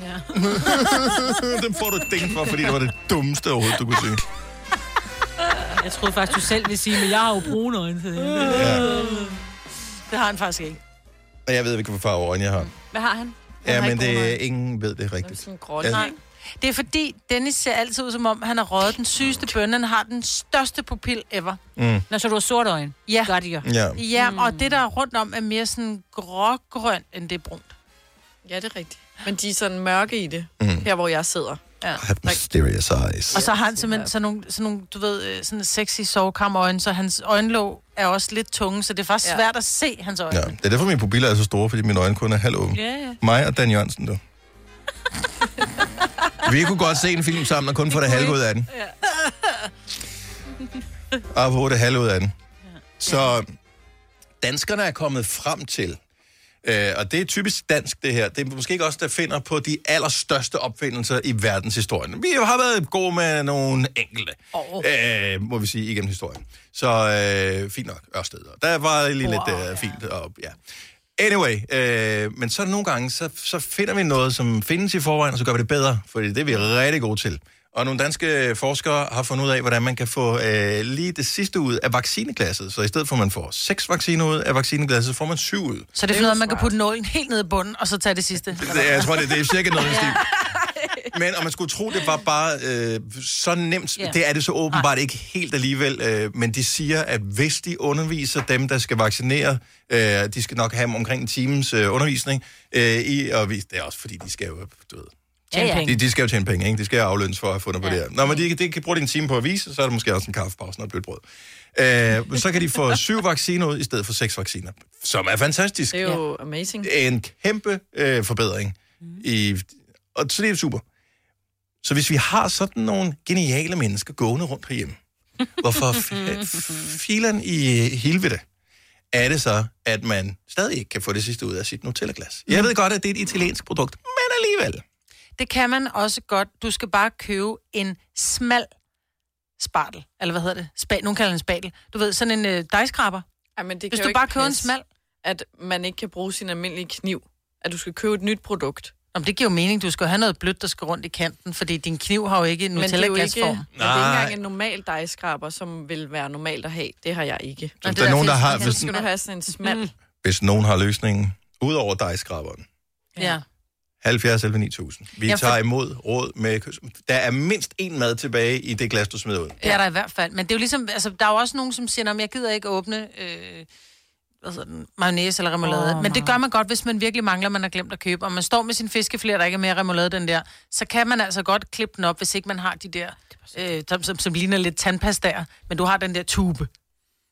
Ja.
den får du et ding for, fordi det var det dummeste overhovedet, du kunne se.
Jeg troede faktisk, du selv ville sige, men jeg har jo brune øjne.
Ja.
Det har han faktisk ikke.
Og jeg ved ikke, hvor farve øjne jeg har.
Hvad har han?
Ja,
har
men
ikke brune
det,
øjne.
ingen ved det rigtigt.
Grålig,
Ja.
Nej. Det er fordi, Dennis ser altid ud som om, han har røget den sygeste bønne. Han har den største pupil ever.
Mm.
Når så du har sorte øjne.
Ja.
Gør det jo.
Ja.
Ja, og det, der er rundt om, er mere sådan grågrønt, end det er brunt.
Ja, det er rigtigt. Men de er sådan mørke i det,
Mm.
mm. her hvor jeg sidder.
Ja.
Mysterious eyes.
Og så har han simpelthen sådan nogle, sådan nogle du ved, øh, sådan sexy sovekammerøjne, så hans øjenlåg er også lidt tunge, så det er faktisk ja. svært at se hans øjne.
Ja, det er derfor, mine pupiller er så store, fordi mine øjne kun er halvåbne.
Ja, ja.
Mig og Dan Jørgensen, du. Vi kunne godt se en film sammen, og kun få det halve ud af den. op på det halve ud af den. Så danskerne er kommet frem til, øh, og det er typisk dansk det her, det er måske ikke os, der finder på de allerstørste opfindelser i verdenshistorien. Vi har været gode med nogle enkelte, oh. øh, må vi sige, igennem historien. Så øh, fint nok, Ørsted. og Der var lige lidt øh, fint. Og, ja. Anyway, øh, men så nogle gange, så, så finder vi noget, som findes i forvejen, og så gør vi det bedre, for det er vi rigtig gode til. Og nogle danske forskere har fundet ud af, hvordan man kan få øh, lige det sidste ud af vaccineglasset. Så i stedet for, at man får seks vacciner ud af vaccineglasset, får man syv ud.
Så det er sådan noget, man kan putte nålen helt ned i bunden, og så tage det sidste.
Det, jeg tror, det, det er cirka noget i den stil. Men om man skulle tro, det var bare øh, så nemt,
Ja.
yeah. det er det så åbenbart ikke helt alligevel. Øh, men de siger, at hvis de underviser dem, der skal vaccinere, øh, de skal nok have omkring en times øh, undervisning øh, i at vise. Det er også fordi, de skal jo, du ved,
Tjene Ja, ja. penge.
De, de skal jo tjene penge, ikke? De skal jo aflønnes for at have fundet ja. på det her. Nå, men de, de kan bruge det en time på at vise, så er der måske også en kaffepause og et blødt brød. Øh, men så kan de få syv vacciner ud, i stedet for seks vacciner. Som er fantastisk.
Det er jo amazing.
En kæmpe øh, forbedring. Mm. I, og så det er super. Så hvis vi har sådan nogle geniale mennesker gående rundt herhjemme, hvorfor f- f- filen i øh, helvede er det så, at man stadig ikke kan få det sidste ud af sit Nutella-glas? Jeg ved godt, at det er et italiensk produkt, men alligevel.
Det kan man også godt. Du skal bare købe en smal spartel. Eller hvad hedder det? Spad. Nogen kalder det en spadel. Du ved, sådan en øh, dejskraber.
Ja, men det
Hvis
kan
du
jo ikke
bare køber en
passe,
smal.
At man ikke kan bruge sin almindelige kniv. At du skal købe et nyt produkt.
Jamen, det giver jo mening. Du skal jo have noget blødt, der skal rundt i kanten, fordi din kniv har jo ikke en
Men det er jo ikke, det er
Nutella-glasform.
ikke engang en normal dejskraber, som vil være normalt at have. Det har jeg ikke.
der er nogen, der har-
Så
hvis-
skal du have sådan en smal.
Hvis nogen har løsningen, udover dig, skraberen.
Ja.
70 11 9000. Vi
Ja,
ja,
for-
for... tager imod råd med kys. Der er mindst en mad tilbage i det glas, du smider ud.
Det er der i hvert fald. Men det er jo ligesom, altså, der er jo også nogen, som siger, at jeg gider ikke åbne øh, hvad hedder den, mayonnaise eller remoulade.
Åh,
Oh, Men det gør man godt, hvis man virkelig mangler, man har glemt at købe. Og man står med sin fiskefler, der ikke er mere remoulade den der. Så kan man altså godt klippe den op, hvis ikke man har de der, øh, som, som, som ligner lidt tandpastaer. Men du har den der tube.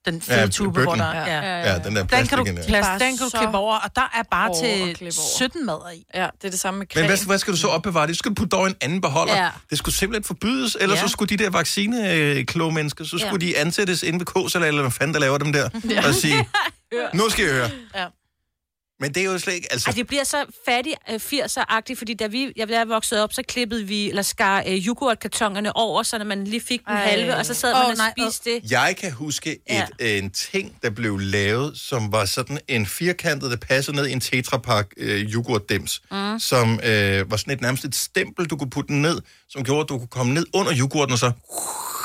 Den fede
Ja,
tube, hvor
bøtten.
der er.
Ja, den der
den kan du,
plastikken der.
plast,
Bare
den kan du
så
klippe over, og der er bare
hård at
til
klippe over.
17 mader i.
Ja, det er det samme med creme.
Men hvad, hvad skal du så opbevare det? Du skal putte dog i en anden beholder.
Ja.
Ja. Det skulle simpelthen forbydes, ellers
Ja.
ja. så skulle de der vaccinekloge mennesker, så
Ja.
skulle ja. de ansættes inde ved KSL, eller hvad fanden der laver dem der, ja. og sige, nu skal jeg høre.
Ja.
Men det er jo slet ikke, altså...
Ej, det bliver så fattig øh, 80'er-agtigt, fordi da vi, jeg, da jeg voksede op, så klippede vi, eller skar øh, yoghurtkartongerne over, så når man lige fik den
Ej.
halve, og så sad
Åh,
man og
nej, åh.
spiste det.
Jeg kan huske et, ja. en ting, der blev lavet, som var sådan en firkantet, der passede ned i en tetrapak øh, yoghurtdems,
Mm.
mm. som øh, var sådan et nærmest et stempel, du kunne putte den ned, som gjorde, at du kunne komme ned under yoghurten og så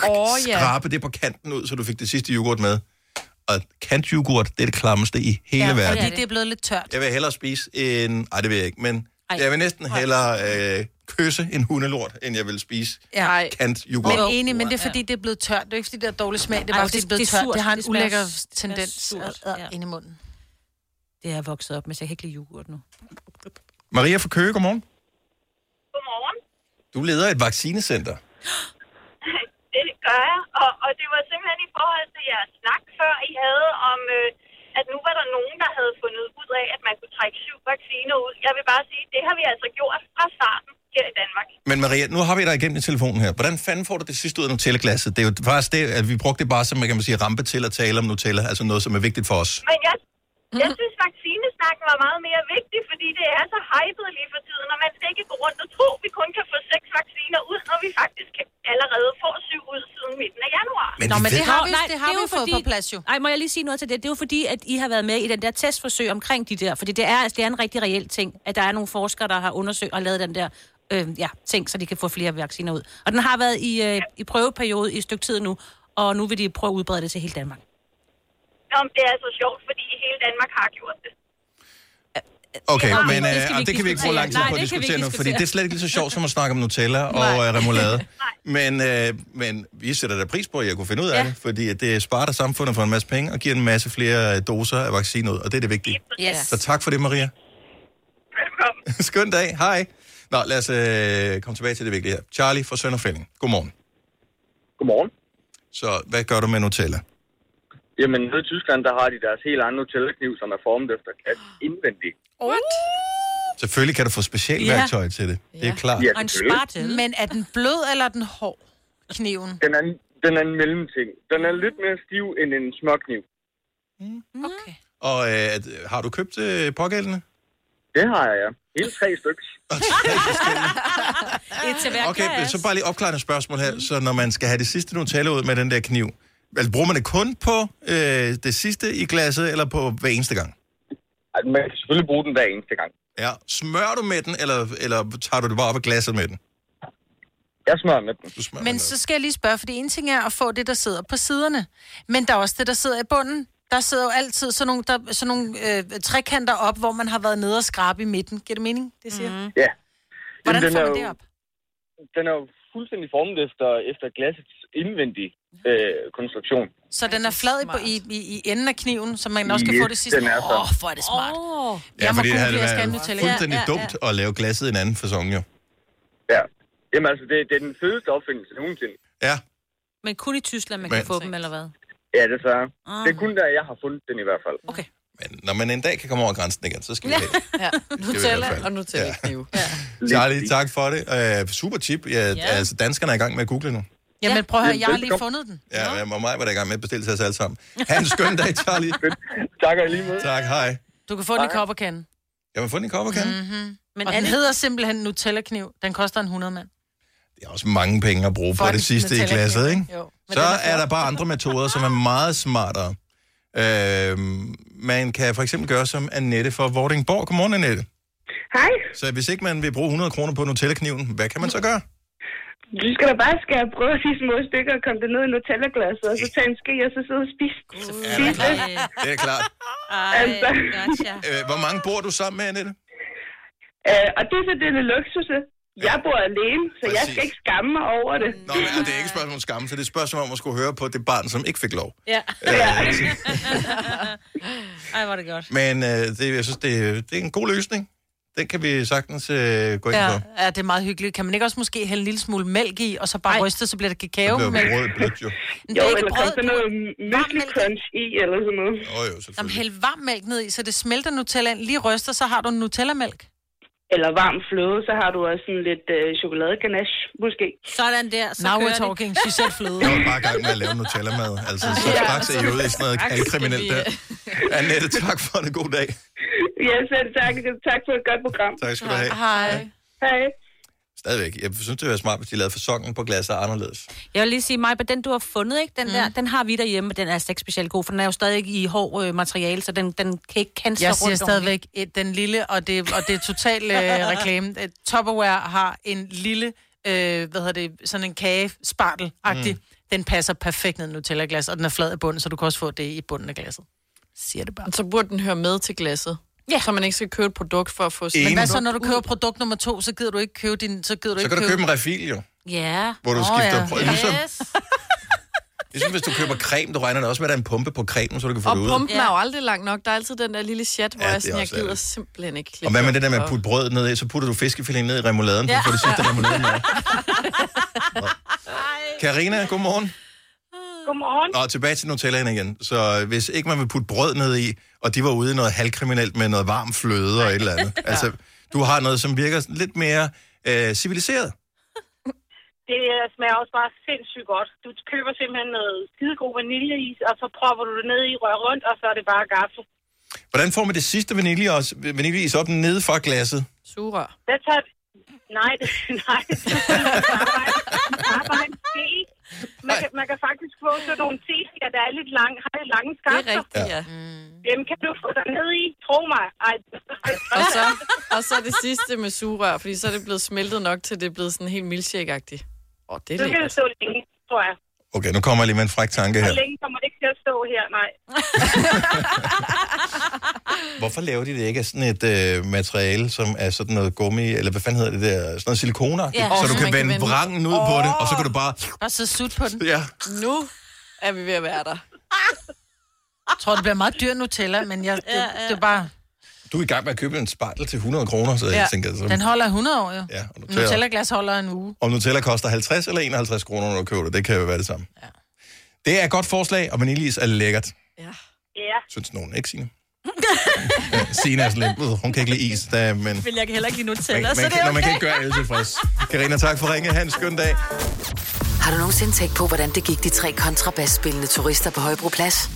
Åh, ja.
skrabe det på kanten ud, så du fik det sidste yoghurt med. Og kantyoghurt, det er det klammeste i hele ja, verden.
Fordi det er blevet lidt tørt.
Jeg vil hellere spise en... Ej, det vil jeg ikke, men
Ej.
Ej. jeg vil næsten hellere øh, kysse en hundelort, end jeg vil spise
Ja.
Øh. kantyoghurt.
Men enig, men det er fordi, det er blevet tørt. Det er ikke fordi, det er dårlig smag. Det er
Ej,
bare fordi, det er blevet
surt.
tørt. Det har en
Det smager-
ulækker
det smager
tendens
surt.
øh, øh, ind i munden.
Det er jeg vokset op med, så jeg kan ikke lide yoghurt nu.
Maria fra Køge, godmorgen.
Godmorgen.
Du leder et vaccinecenter.
Det gør jeg. Og, og det var simpelthen i forhold til jeres snak før, I havde om, øh, at nu var der nogen, der havde fundet ud af, at man kunne trække syv vacciner ud. Jeg vil bare sige, det har vi altså gjort fra starten her i Danmark.
Men Maria, nu har vi dig igennem i telefonen her. Hvordan fanden får du det sidste ud af Nutella-glasset? Det er jo faktisk det, at vi brugte det bare som, kan man sige, rampe til at tale om Nutella, altså noget, som er vigtigt for os.
Men jeg, jeg synes, vaccinesnakken var meget mere vigtig, fordi det er så hypet lige for tiden, og man skal ikke gå rundt og tro, at vi kun kan få seks vacciner ud, når vi faktisk kan- allerede får syv ud siden midten af januar.
Men Nå, vi men det ved- har
Nå,
vi-
nej,
det har
er
vi
jo
fået
fordi,
på plads jo.
Ej, må jeg lige sige noget til det? Det er jo fordi, at I har været med i den der testforsøg omkring de der, fordi det er, altså, det er en rigtig reel ting, at der er nogle forskere, der har undersøgt og lavet den der øh, ja, ting, så de kan få flere vacciner ud. Og den har været i, øh, i prøveperiode i et stykke tid nu, og nu vil de prøve at udbrede det til hele Danmark.
Nå, men det er så sjovt, fordi hele Danmark har gjort det.
Okay,
Nej, det
men det,
skal vi
øh,
ikke
det kan vi ikke bruge lang tid
diskutere.
på at
Nej, det kan vi
diskutere
ikke
nu, fordi
diskutere.
det er slet ikke lige så sjovt som at snakke om Nutella og øh, remoulade. Men, øh, men vi sætter da pris på, at jeg kunne finde ud af ja. det, fordi at det sparer dig samfundet for en masse penge og giver en masse flere øh, doser af vaccin ud, og det er det vigtige.
Yes.
Så tak for det, Maria. Velkommen. Skøn dag. Hej. Nå, lad os øh, komme tilbage til det vigtige her. Charlie fra Sønderfælling. Godmorgen.
Godmorgen.
Så hvad gør du med Nutella?
Jamen, nede i Tyskland, der har de deres helt egen Nutella-kniv, som er formet efter glas indvendigt.
What?
Selvfølgelig kan du få specialværktøj ja. til det. Det er klart.
Ja,
Mm. Og en spartel. Men er den blød, eller er den hård? Kniven.
Den er, Den er en mellemting. Den er lidt mere stiv end en smørkniv.
Og øh, at- har du købt øh, pågældende?
Det har jeg, ja. Hele tre stykker.
Et til hver
Okay,
glas.
så bare lige opklarende spørgsmål her. Så når man skal have det sidste nu tale ud med den der kniv, altså, bruger man det kun på øh, det sidste i glasset, eller på hver eneste gang?
Altså, man kan selvfølgelig bruge den hver eneste gang.
Ja. Smører du med den, eller, eller tager du det bare op af glasset med den?
Jeg smører med
den. Du smører
Men
altså.
så skal jeg lige spørge, for det ene ting er at få det, der sidder på siderne, men der er også det, der sidder i bunden. Der sidder jo altid sådan nogle, der, sådan nogle øh, trekanter op, hvor man har været nede og skrabe i midten. Giver det mening, det siger? Mm.
Ja.
Hvordan
Jamen,
får
den er
man
jo-
det op?
Den er jo fuldstændig formet efter, efter glassets indvendige øh, konstruktion.
Så den er flad i, på- i, i, i enden af kniven, så man også kan
Yes,
få det sidste.
den er så.
Åh, oh, hvor er det smart. Oh.
Ja, fordi det havde
jeg
været
skal Nutella.
fuldstændig
Ja, ja, ja.
dumt at lave glasset i en anden façon, jo.
Ja. Jamen altså, det, det er den fedeste opfindelse nogensinde.
Ja.
Men kun i Tyskland, man
Men-
kan få dem, eller hvad?
Ja, desværre.
Ah.
Det er kun der, jeg har fundet den i hvert fald.
Okay.
Når man en dag kan komme over grænsen igen, så skal vi have det.
ja. Nutella og Nutella.
Charlie, tak for det. Uh, super tip. Ja,
Ja.
Altså, danskerne er i gang med at google nu.
Jamen prøv at høre,
Jamen,
jeg har lige
velbekomme.
fundet den.
Ja, ja. og mig var der i gang med at bestille sig alle sammen. Ha' en skøn dag, Charlie.
tak, og lige måde.
Tak, hej.
Du kan få den i kopperkanden.
Jamen, få den i kopperkanden. Mm.
Mm-hmm. Men
Men
og
er
den
det-
hedder simpelthen Nutella-kniv. Den koster en 100 mand.
Det er også mange penge at bruge
For
på det
den
sidste i
Nutella-kniv.
glasset, ikke?
Jo.
Så er der bare andre metoder, som er meget smartere. Øh, man kan for eksempel gøre som Annette fra Vordingborg. Godmorgen, Annette.
Hej.
Så hvis ikke man vil bruge 100 kroner på Nutella-kniven, hvad kan man så gøre?
Du skal da bare skære brød i små stykker og komme det ned i Nutella-glasset, og så tage en ske, og så sidde og spise. spise det.
Det er klart.
Altså.
Øh, hvor mange bor du sammen med, Annette?
Øh, og det er så det er lidt luksus. Jeg bor alene, så jeg skal ikke skamme mig over det.
Nå, men, ah, det er ikke et spørgsmål om skam, så det er et spørgsmål om at skulle høre på det barn, som ikke fik lov.
Ja.
Øh,
Ej, hvor er det godt.
men øh, det, jeg synes, det, det er en god løsning. Den kan vi sagtens øh, gå ind på.
Ja, ja, det er meget hyggeligt. Kan man ikke også måske hælde en lille smule mælk i, og så bare ryste, så bliver det kakao? men-
Det bliver rød blødt, jo.
Men
Jo,
det er ikke
eller kom
brød,
sådan noget mysli crunch i, eller sådan noget.
Jo, jo,
Jamen, hæld varm mælk ned i, så det smelter Nutellaen. Lige ryster, så har du en Nutella-mælk.
Eller varm fløde, så har du også sådan lidt øh, chokoladeganache, måske.
Sådan der, så
Now
kører
we're
det.
talking. She said fløde.
Jeg var bare i gang med at lave Nutella-mad. Altså, så
Ja.
straks er I ude i sådan noget
Straks øh,
halvkriminelt der. Annette, tak for det. God dag.
Ja, selv tak. Tak for et godt program.
Tak skal du have.
Hej.
Hej.
Stadigvæk. Jeg synes, det var smart, hvis de lavede fasongen på glasset anderledes.
Jeg vil lige sige, Maja, den du har fundet, ikke? Den, mm. der, den har vi derhjemme, men den er altså ikke specielt god, for den er jo stadig i hård øh, materiale, så den, den kan ikke kansle
Jeg
rundt
siger
ordentligt.
stadigvæk et, den lille, og det, og det er total øh, reklame. Øh, Tupperware har en lille, øh, hvad hedder det, sådan en kage spartel mm.
Mm.
Den passer perfekt ned i Nutella-glas, og den er flad i bunden, så du kan også få det i bunden af glasset. Siger det bare.
Så burde den høre med til glasset.
Ja.
Så man ikke skal købe et produkt for at få
Enig.
Men hvad så, når du køber produkt nummer to, så gider du ikke købe din... Så, gider du
Så
ikke
kan du købe en refil, jo.
Ja.
hvor du skifter brød. Ligesom-
Yes.
Ligesom hvis du køber creme, du regner det også med, at der er en pumpe på cremen, så du kan få
Og
det ud.
pumpen er jo aldrig lang nok. Der er altid den der lille chat, hvor
Ja,
ja,
det
jeg, sådan,
er
jeg
også
gider
ærgerligt.
simpelthen ikke klippe
Og hvad med det der med at
op.
putte brødet ned i, så putter du fiskefilet ned i remouladen, ja.
Ja.
for det sidste remoulade med. Nå. Karina, godmorgen.
Godmorgen.
Og tilbage til Nutellaen igen. Så øh, hvis ikke man vil putte brød ned i, og de var ude i noget halvkriminelt med noget varm fløde og et eller andet. Altså, du har noget, som virker sådan lidt mere øh, civiliseret.
Det øh, smager også bare sindssygt godt. Du køber simpelthen noget skidegod vaniljeis, og så propper du det ned i rør rundt, og så er det bare gaffel.
Hvordan får man det sidste vanilje også, vaniljeis op nede fra glasset?
Sugerør.
Hvad tager... Nej, det, nej. Der er bare en te. Man kan, man kan faktisk få sådan nogle teer, der er lidt lang, har lidt lange skafter. Det er rigtigt,
ja.
Dem kan du få dig ned i, tro mig. Ej,
Og så, og så det sidste med sugerør, fordi så er det blevet smeltet nok, til det er blevet sådan helt milkshake-agtigt. Åh, det
så kan
er lækkert.
det stå længe, tror jeg.
Okay, nu kommer jeg lige med en fræk tanke her.
Hvor længe kommer det ikke til at stå her, nej.
Hvorfor laver de det ikke af sådan et øh, materiale, som er sådan noget gummi, eller hvad fanden hedder det der, sådan noget silikone
Ja.
ja. så
Åh,
du
så
kan
man kan
vende
vende-
vrangen ud på det, og så kan du bare...
Bare sidde sut på den.
Ja.
Nu er vi ved at være der.
Jeg tror, det bliver meget dyr Nutella, men jeg, det, ja, ja. det er bare...
Du er i gang med at købe en spartel til 100 kroner, så ja. jeg tænker... Så...
Den holder 100 år jo.
Ja, og Nutella.
Nutella-glas holder en uge.
Om Nutella koster 50 eller 51 kroner, når du køber det, det kan jo være det samme. Ja. Det er et godt forslag, og vaniljeis er lækkert,
Ja.
synes nogen. Ikke, Signe? ja, Signe er sådan lidt, "Ved, hun kan ikke lide is, da, men...
Vil jeg heller ikke lige Nutella,
Man, man,
så det
kan,
er
når
okay.
man kan ikke gøre alle tilfreds. Karina, tak for ringet. Ha' en skøn dag.
Har du nogensinde tænkt på, hvordan det gik de tre kontrabasspillende turister på Højbroplads?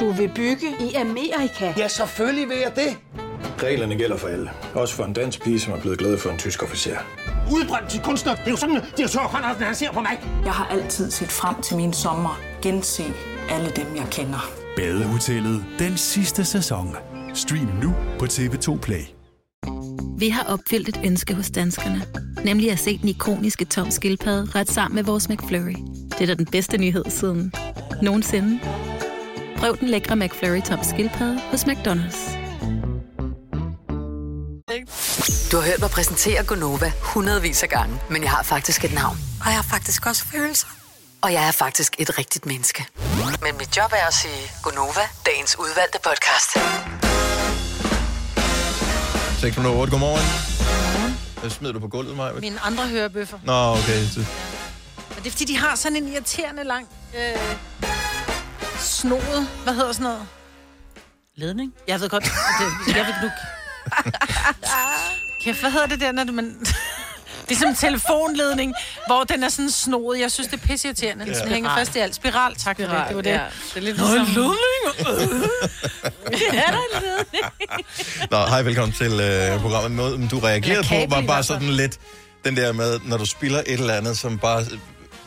Du vil bygge i Amerika? Ja, selvfølgelig vil jeg det.
Reglerne gælder for alle. Også for en dansk pige, som er blevet glad for en tysk officer.
Udbrændt til kunstner. Det er jo sådan, at de har tørt, han ser på mig. Jeg har altid set frem til min sommer. Gense alle dem, jeg kender.
Badehotellet den sidste sæson. Stream nu på TV2 Play.
Vi har opfyldt et ønske hos danskerne. Nemlig at se den ikoniske tom skildpadde ret sammen med vores McFlurry. Det er da den bedste nyhed siden nogensinde. Prøv den lækre McFlurry tom skildpadde hos McDonald's.
Du har hørt mig præsentere Gunova hundredvis af gange, men jeg har faktisk et navn.
Og jeg har faktisk også følelser.
Og jeg er faktisk et rigtigt menneske. Men mit job er at sige Gunova, dagens udvalgte podcast.
6 minutter 8. Godmorgen. Hvad smider du på gulvet, Maja?
Mine andre hørebøffer.
Nå, okay. Så-
Men det er, fordi de har sådan en irriterende lang... Øh, snoet. Hvad hedder sådan noget?
Ledning?
Jeg ved godt. Det, jeg ved nu... Kæft, hvad hedder det der, når det- man... Det er som en telefonledning, hvor den er sådan snoet. Jeg synes, det er pisseirriterende. Den
Ja.
ja. hænger
Spiral.
fast i alt. Spiral, tak for det.
Spiral,
Det var det.
ja.
Ja.
Det er lidt
Nå,
ligesom-
ledning!
Ja, der er lidt.
Nå, hej, velkommen til øh, programmet. Noget, du reagerede
Eller
på,
kabel
var
i
bare
hvert fald.
sådan lidt den der med, når du spiller et eller andet, som bare,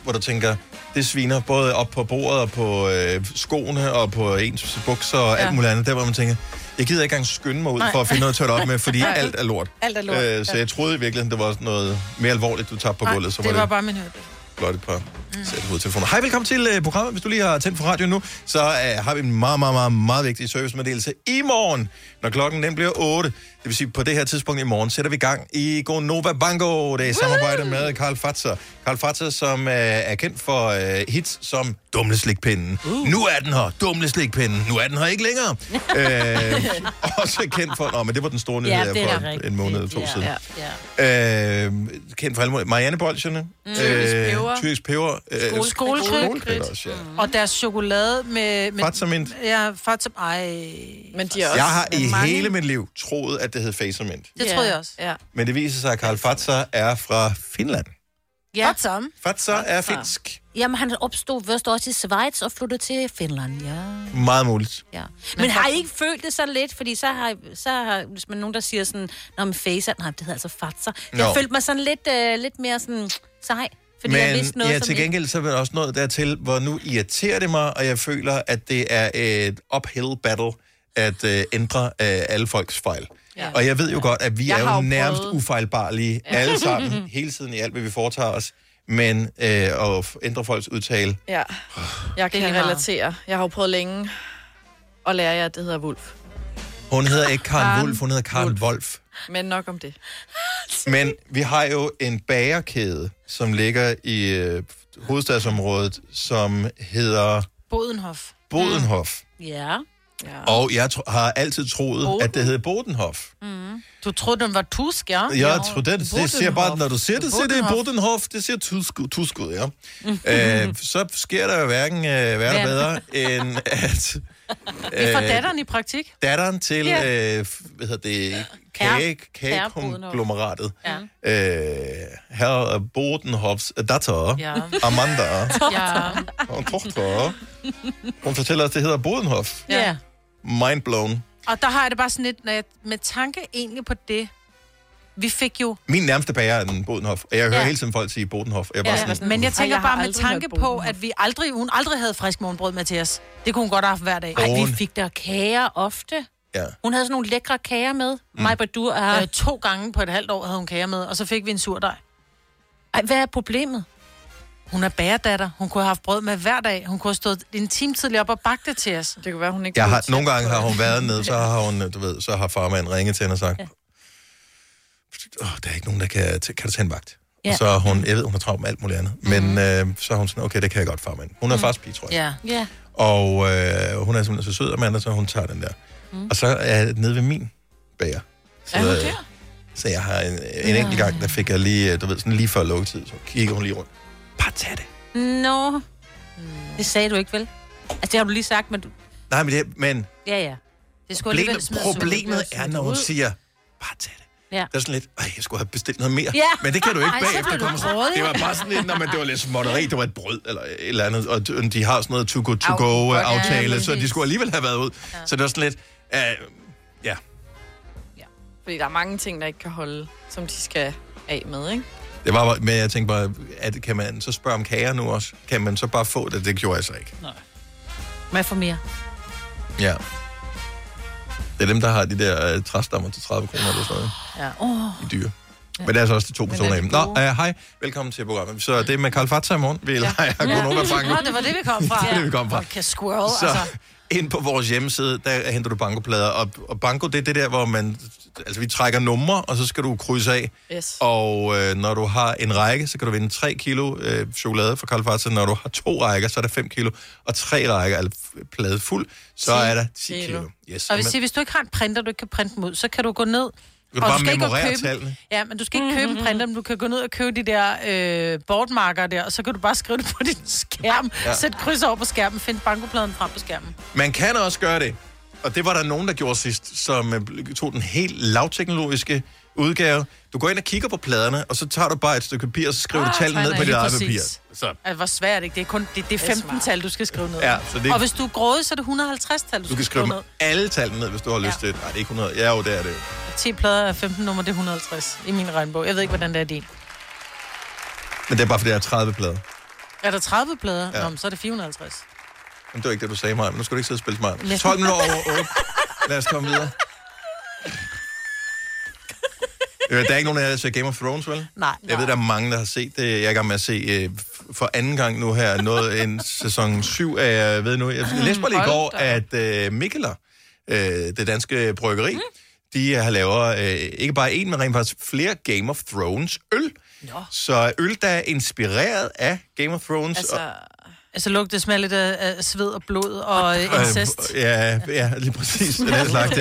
hvor du tænker, det sviner både op på bordet og på øh, skoene og på ens bukser og
Ja.
ja. alt muligt andet. Der, hvor man tænker, jeg gider ikke engang skynde mig ud
Nej.
for at finde noget at tørre det op med, fordi
Nej.
alt er lort.
Alt er lort,
Øh, så
ja.
jeg troede i virkeligheden, det var sådan noget mere alvorligt, du tabte på
Nej,
gulvet. Så
det
var
var
det
bare min hørebøffer.
blot et par sæt hovedtelefoner. Hej, velkommen til øh, programmet. Hvis du lige har tændt for radioen nu, så øh, har vi en meget, meget, meget, meget vigtig servicemeddelelse i morgen, når klokken den bliver 8. Det vil sige, på det her tidspunkt i morgen sætter vi gang i Go Nova Bango. Det er i samarbejde med Karl Fatser. Karl Fatser, som øh, er kendt for øh, hits som Dumle Slikpinden. Uh. Nu er den her, Dumle Slikpinden. Nu er den her ikke længere. øh, også kendt for... Nå, men det var den store nyhed
Ja,
her
det er
for
da rigtigt.
en måned eller to
Ja,
siden.
ja, ja.
Øh, kendt for alle mulige. Marianne Bolsjerne. Øh,
Mm. Tyrkisk peber.
Tyrkisk peber.
Skole- skoletryk. Mm.
Skoletryk også, ja.
Og deres chokolade med... med
Fatamint.
Ja, fatam... Ej. Men de
Jeg har i hele mit liv troet, at det hed Facermint.
Det troede jeg også. Ja.
Men det viser sig, at Karl Fatser er fra Finland.
Ja. Fatsam.
Fatser er finsk.
Jamen, han opstod først også i Schweiz og flyttede til Finland, ja.
Meget muligt.
ja. Men, men har I ikke følt det så lidt? Fordi så har, så har hvis man nogen, der siger sådan, Nå, men facer, nej, det hedder altså fatser. Jeg
Nå.
følte mig sådan lidt, øh, lidt mere sådan sej, fordi
Men
jeg vidste noget,
ja,
som
til
ikke-
gengæld så er der også noget dertil, hvor nu irriterer det mig, og jeg føler, at det er et uphill battle at øh, ændre øh, alle folks fejl.
Ja.
Ja. Og jeg ved jo godt, at vi
Jeg
er
har
jo
jo
nærmest
prøvet.
ufejlbarlige
Ja.
alle sammen, hele tiden i alt, hvad vi foretager os. Men øh, at f- ændre folks udtale,
Ja, jeg kan
er meget.
relatere. Jeg har jo prøvet længe at lære jer, at det hedder Wolf.
Hun hedder ikke Karen
Karen
Wolf, hun hedder Karen Wolf.
Men nok om det.
Men vi har jo en bagerkæde, som ligger i øh, hovedstadsområdet, som hedder
Bodenhof.
Bodenhof.
Ja.
ja.
Og jeg tro- har altid troet, Boden. at det hed Bodenhof.
Mm. Du troede, den var tusk, ja?
Jeg tror, det, det siger bare, når du siger det, siger det er
Bodenhof.
Bodenhof, det siger tusk, tusk ud, ja. øh, så sker der jo hverken øh, værre
Hvad?
bedre, end at... øh,
Det er for datteren i praktik.
datteren til,
Ja.
ja. øh, f- hvad hedder det,
Herre-
kage,
Herre Bodenhof.
kagekonglomeratet.
Ja.
Øh, herre Bodenhofs datter,
Ja.
ja. Amanda,
Ja.
og tochter, hun fortæller os, det hedder Bodenhof.
ja.
Mind blown.
Og der har jeg det bare sådan lidt, når jeg, med tanke egentlig på det, vi fik jo...
Min nærmeste bager er en Bodenhof, og jeg hører
Ja.
ja. hele tiden folk sige Bodenhof. og Jeg er bare ja,
Ja,
sådan,
men jeg tænker
Ej, jeg har
bare med
aldrig
tanke
hørt
på, at vi aldrig, hun aldrig havde frisk morgenbrød med til os. Det kunne hun godt have haft hver dag.
Ej, vi Hun-
fik der kager ofte.
Ja.
Hun havde sådan nogle lækre kager med.
Mm.
Maj Badur er... Øh, to gange på et halvt år havde hun kager med, og så fik vi en surdej. Ej, hvad er problemet? Hun er bagerdatter. Hun kunne have haft brød med hver dag. Hun kunne have stået en time tidligere op og bagt det til os.
Det kunne være, hun ikke...
jeg har, nogle gange har hun været nede, så har hun, øh, du ved, så har farmand ringet til hende og sagt, oh, der er ikke nogen, der kan, kan du tage en vagt? Ja.
Ja. Mhm.
Og så har hun, jeg ved, hun har travlt med alt muligt andet, men øh, så har hun sådan, okay, det kan jeg godt, farmand. Hun er mm. fars pige, tror jeg.
Ja. ja.
Og øh, hun er simpelthen så sød, og mand, så hun tager den der. Mm. Og så er jeg nede ved min bager. Så,
Mhm. Er hun
øh, Så jeg har en, en enkelt gang, der fik jeg lige, øh, du ved, sådan lige før lukketid, så kigger hun lige rundt. Bare tag det.
Nå. No. Det sagde du ikke, vel? Altså, det har du lige sagt, men du...
Nej, men, det, men
Ja, ja. Det skulle alligevel
problemet,
smides ud.
problemet er, når hun siger,
Ja.
Det er sådan lidt, Ej, jeg skulle have bestilt noget mere.
Ja.
Men det kan du ikke
Ej, så
bagefter.
blev du
komme-
grådig.
det var bare sådan lidt, når man, det var lidt småtteri, det var et brød eller et eller andet, og de har sådan noget
Au, godt, ja,
to-go-to-go-aftale, øh, så de
præcis.
skulle alligevel have været ud. Så det var sådan lidt, øh, ja,
Fordi der er mange ting, der ikke kan holde, som de skal af med, ikke?
det var bare, men jeg tænkte bare, at kan man så spørge om kager nu også? Kan man så bare få det? Det gjorde jeg så ikke.
Man får mere.
Ja. Det er dem, der har de der øh, træstammer til 30 kroner eller sådan noget.
Ja. Oh.
De er dyre. Men det er altså også de to personer
er de
hjemme. Nå, øh, hej. Velkommen til programmet. Så det er med Karl Fatsa i morgen. Vi leger ja. Gonova-banko.
Nå, det var det, vi kom fra.
Det var det, vi kom fra.
Okay, squirrel,
Så
altså.
ind på vores hjemmeside, der henter du bankoplader. Og, og banko, det er det der, hvor man... Altså, vi trækker numre, og så skal du krydse af.
Yes.
Og øh, når du har en række, så kan du vinde 3 kilo øh, chokolade fra Karl Fatsa. Når du har to rækker, så er der 5 kilo. Og tre rækker, altså plade fuld, så er der 10 kilo. Yes.
Og hvis,
Jamen,
hvis du ikke har en printer, du ikke kan printe dem ud, så kan du gå ned...
Kan du
og
bare
ikke
memorere
købe-
tallene?
Ja, men du skal ikke købe en printer, men du kan gå ned og købe de der øh, boardmarker der, og så kan du bare skrive det på din skærm,
Ja.
ja. sæt kryds over på skærmen, find bankopladen frem på skærmen.
Man kan også gøre det. Og det var der nogen, der gjorde sidst, som øh, tog den helt lavteknologiske udgave. Du går ind og kigger på pladerne, og så tager du bare et stykke papir, og så skriver ah, du tallene ned på dit eget papir. Så.
Altså, hvor svært er det ikke? Det er kun det, det er 15-tal, du skal skrive ned.
Ja, så det-
Og hvis du er grådig, så er det 150-tal, du,
Du
skal
kan skrive
skrive
dem
ned.
alle tallene ned, hvis du har lyst til det. Nej, det er ikke 100. Ja, jo, det er det.
10 plader af 15 nummer, det er 150 i min regnbog. Jeg ved ikke, hvordan det er din.
Men det er bare, fordi jeg har 30 plader.
Er der 30 plader?
Ja.
Ja. Nå, men så er det 450.
Men det var ikke det, du sagde mig. Men nu skal du ikke sidde og spille
Ja.
mig. 12 minutter over 8. Lad os komme videre. Øh, Der er ikke nogen af jer, der ser Game of Thrones, vel?
Nej.
Jeg ved, der er mange, der har set det. Jeg er i gang med at se øh, f- for anden gang nu her, noget en sæson 7 af, jeg ved nu, jeg
Mm,
læste bare lige i
Hold
går,
da
at øh, Mikkeler, øh, det danske bryggeri,
Mm.
de har lavet øh, ikke bare en, men rent faktisk flere Game of Thrones øl.
Nå.
Så øl, der er inspireret af Game of Thrones. og-
Altså lugt, det smager lidt af, af sved og blod og øh, incest.
Øh, ja, ja, lige præcis. Den her slags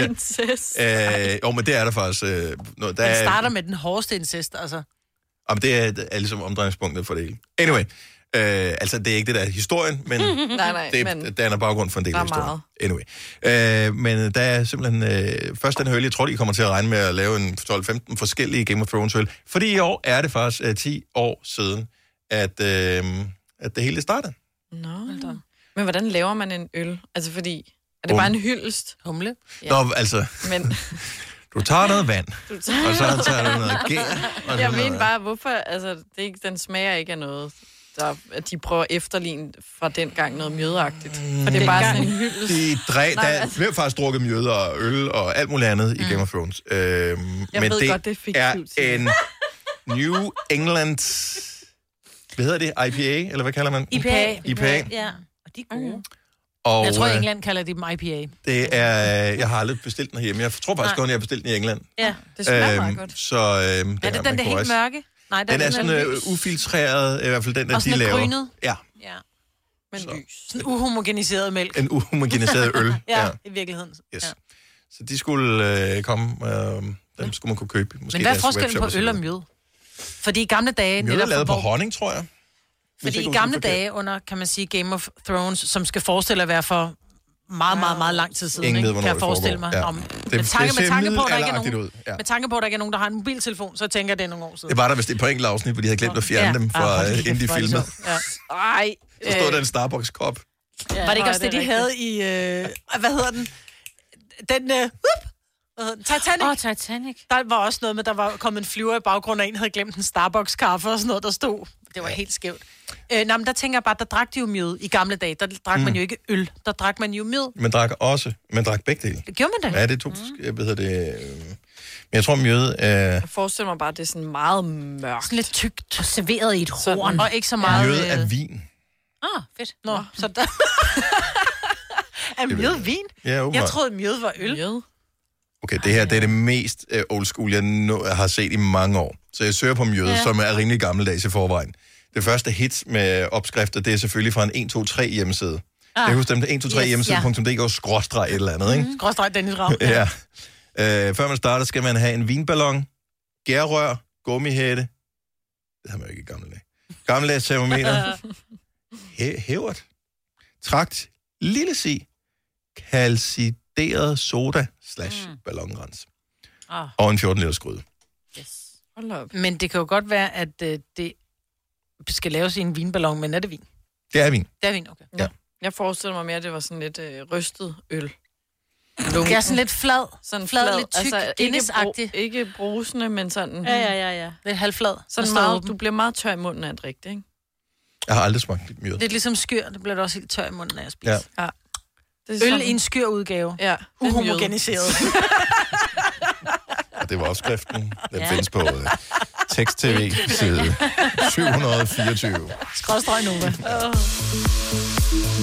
der. Øh, jo, men det er der faktisk. Øh, noget, der
Den
er,
starter med den hårdeste incest, altså.
Om det er, er ligesom omdrejningspunktet for det hele. Anyway, øh, altså det er ikke det, der er historien, men
Nej, nej,
det
men-
men... danner baggrund for en del
Der
af
er
historien. Anyway. Øh, men der er simpelthen øh, først den her øl, jeg tror, de kommer til at regne med at lave en 12-15 forskellige Game of Thrones øl. Fordi i år er det faktisk øh, 10 år siden, at, øh, at det hele startede.
Nå. Men hvordan laver man en øl? Altså, fordi... Er det
Hum-
bare en hyldest?
Humle?
Ja. Nå, altså,
Men...
du tager noget vand,
Du tager-
og så tager du noget gær. og
Jeg
noget-
mener bare, hvorfor... Altså, det er ikke, den smager ikke af noget. der, at de prøver at efterligne fra dengang noget mjødeagtigt. For det er
Dengang.
bare sådan en hyldest.
De dræ,
Nej,
der
altså,
blev faktisk drukket mjøder og øl og alt muligt andet mm. i Game of Thrones. Øhm, jeg men
ved
det,
godt, det er
er
fiktivt,
en New England... Hvad hedder det? IPA? Eller hvad kalder man? den?
IPA.
IPA.
Ja. Og de er gode. Mm.
Og,
Og, jeg tror, i
øh,
England kalder de dem IPA.
Det er, jeg har aldrig bestilt den hjemme. Jeg tror faktisk
Nej.
kun, jeg har bestilt den i England.
Ja, det smager øhm, meget godt.
Så øhm, er det
Er det den der helt mørke? Nej, der
Den er sådan øh,
lys.
ufiltreret, i hvert fald den, der
Og sådan
de
lidt
laver.
grynet.
Ja,
Ja. Men lys. Sådan uhomogeniseret mælk.
en uhomogeniseret øl.
ja, i virkeligheden.
Yes. Ja. Så de skulle øh, komme, øh, dem skulle man kunne købe. Måske
Men hvad er
i deres
forskellen
webshop
på
så
øl og
videre.
mjød? Fordi i gamle dage...
Mjød er
netop
lavet på
hvor-
honning, tror jeg.
Fordi
Hvis
i
ikke jeg husker
gamle
forkert.
dage under, kan man sige, Game of Thrones, som skal forestille at være for meget, meget, meget lang tid siden,
Ingen ved,
ikke? kan
hvornår
jeg
det
forestille mig.
foregår. Ja.
Om,
Det-
med,
det
tanke,
ser
med, tanke på, at der ikke er
middelalderagtigt
nogen,
ud, ja.
med tanke på, at der ikke er nogen, der har en mobiltelefon, så tænker jeg, det er nogle år siden.
Det var der vist et par enkelte afsnit, hvor de havde glemt at fjerne
Ja.
ja. dem
Ah,
fra
hold
ah,
kæft,
inden de
hvor er det
filmede.
sjovt. Øh. Ja. Ej.
Så stod der en Starbucks-kop.
Ja, var det ikke
Nej,
også det,
det
de
er
havde i... Øh, hvad hedder den? Den... Øh, whoop, Hvad hedder den? Titanic. Åh, oh,
Titanic.
Der var også noget med, der var kommet en flyver i baggrunden, og en havde glemt en Starbucks-kaffe og sådan noget, der stod. Det var helt skævt. Øh, nej, men der tænker jeg bare, der drak de jo mjød i gamle dage. Der drak mm. man
Mm.
jo ikke øl. Der drak man jo mjød.
Man drak også, man drak begge dele.
Gjorde man det?
Ja, det er to, mm. hvad hedder det, øh, men jeg tror, mjøde er...
jeg forestiller mig bare, at det er sådan meget mørkt.
Sådan lidt tygt.
Og serveret i et
horn. Og ikke så meget... øh,
Mjøde er vin.
Ah, fedt.
Nå, så der... er mjød vin?
Ja, åbenbart.
jeg troede, mjød var øl.
Mjød.
Okay, det her det er det mest øh, old school, jeg nå, har set i mange år. Så jeg søger på Mjøde,
Ja.
ja. som er rimelig gammeldags i forvejen. Det første hit med opskrifter, det er selvfølgelig fra en 123 hjemmeside. Ah. Jeg husker dem, det er 123 yes, Mhm.
Yes,
hjemmeside.dk, skråstreg et eller andet, ikke?
Skråstreg Dennis Ravn.
ja. Øh, før man starter, skal man have en vinballon, gærrør, gummihætte. Det har man jo ikke i gamle dage. Gammeldags termometer, hæ- hævert, trakt, lille si, kalcideret soda slash ballonrens.
Mm. Ah.
Og en 14 liters gryde.
Hold op.
Men det kan jo godt være, at øh, det skal laves i en vinballon, men er det vin?
Det er min.
Det er vin, okay.
Ja.
Jeg forestiller mig mere, at det var sådan lidt øh, rystet øl.
Det er sådan lidt flad.
Sådan Altså,
flad, lidt tyk,
ikke,
Guinness-agtig.
ikke brusende, men sådan...
Ja, ja, ja, ja. Lidt halvflad.
Sådan
Der står
meget,
åben.
du bliver meget tør i munden af at drikke det, ikke?
Jeg har aldrig smagt mjød.
Lidt ligesom skyr, det bliver da også helt tør i munden af at spise.
Ja.
Ja. Det
Øl i en skyr udgave.
Ja.
Uhomogeniseret.
Og det var opskriften. Den
Ja.
ja. findes på uh, tekst-tv side 724.
Skrådstrøg Nova.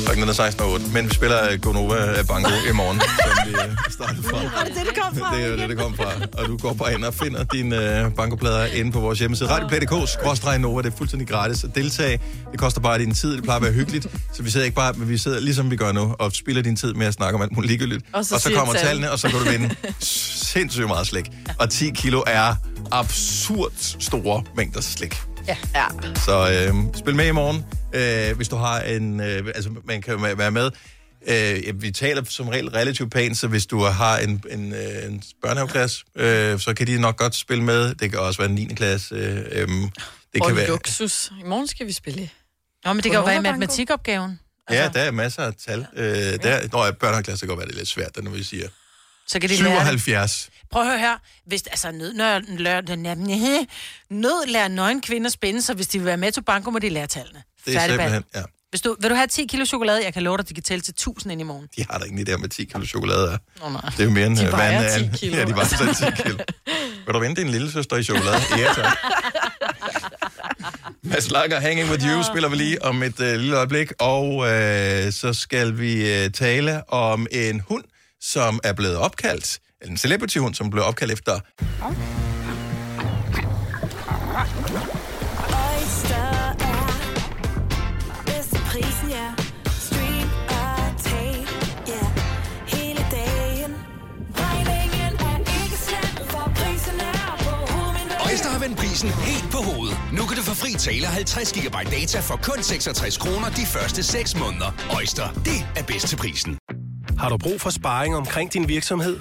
Klokken er 16.08, men vi spiller øh, Gonova øh, Bango i morgen, som vi øh, startede fra.
det det, kom
Det er jo det, det kom fra. Og du går bare ind og finder dine øh, bankoplader inde på vores hjemmeside. Radioplay.dk, skråstreg Nova, det er fuldstændig gratis at deltage. Det koster bare din tid, det plejer at være hyggeligt. Så vi sidder ikke bare, men vi sidder ligesom vi gør nu, og spilder din tid med at snakke om alt muligt ligegyldigt.
Og så
og så
siger
kommer
tallene.
tallene, og så kan du vinde sindssygt meget slik. Og 10 kilo er absurd store mængder slik.
Ja.
ja.
Så øh, spil med i morgen, øh, hvis du har en... Øh, altså, man kan jo være med. Øh, ja, vi taler som regel relativt pænt, så hvis du har en, en, øh, en børnehaveklasse, øh, så kan de nok godt spille med. Det kan også være en 9. klasse. Øh, øh, det
og
kan være...
luksus. I morgen skal vi spille.
Nå, men det kan jo være i
Bonova-banko.
matematikopgaven.
Ja, der er masser af tal. Øh, der, nå, ja, børnehaveklasse kan godt være det er lidt svært, når vi siger.
Så kan de lære det.
77.
Prøv at høre her. Hvis, altså, nød, nød, nød, nød, nød lærer nøgen kvinder spænde, så hvis de vil være med til banko, må de lære tallene.
Det er
Færdig bal.
simpelthen... Ja,
Hvis du, vil du have 10 kilo chokolade, jeg kan love dig, at de kan tælle til 1000 ind i morgen.
de har da ikke lige der med 10 kilo chokolade. er.
Nå, nej.
Det er jo mere end...
De
øh, hvad
vejer
en, øh,
10 kilo.
Ja, de vejer selv 10 kilo. Vil du vente din lille søster i chokolade? Ja, tak. Mads Langer, Hanging With You, spiller vi lige om et øh, lille øjeblik. Og øh, så skal vi øh, tale om en hund, som er blevet opkaldt. Eller en celebrity-hund, som blev opkaldt efter
Oyster er bedst til prisen, ja. Stream og tag, ja. Hele dagen. Regningen er ikke slem, for prisen er på hovedet.
Øjster har vendt prisen helt på hovedet. Nu kan du få fri tale og 50 GB data for kun 66 kroner de første 6 måneder. Øjster, det er bedst til prisen.
Har du brug for sparring omkring din virksomhed?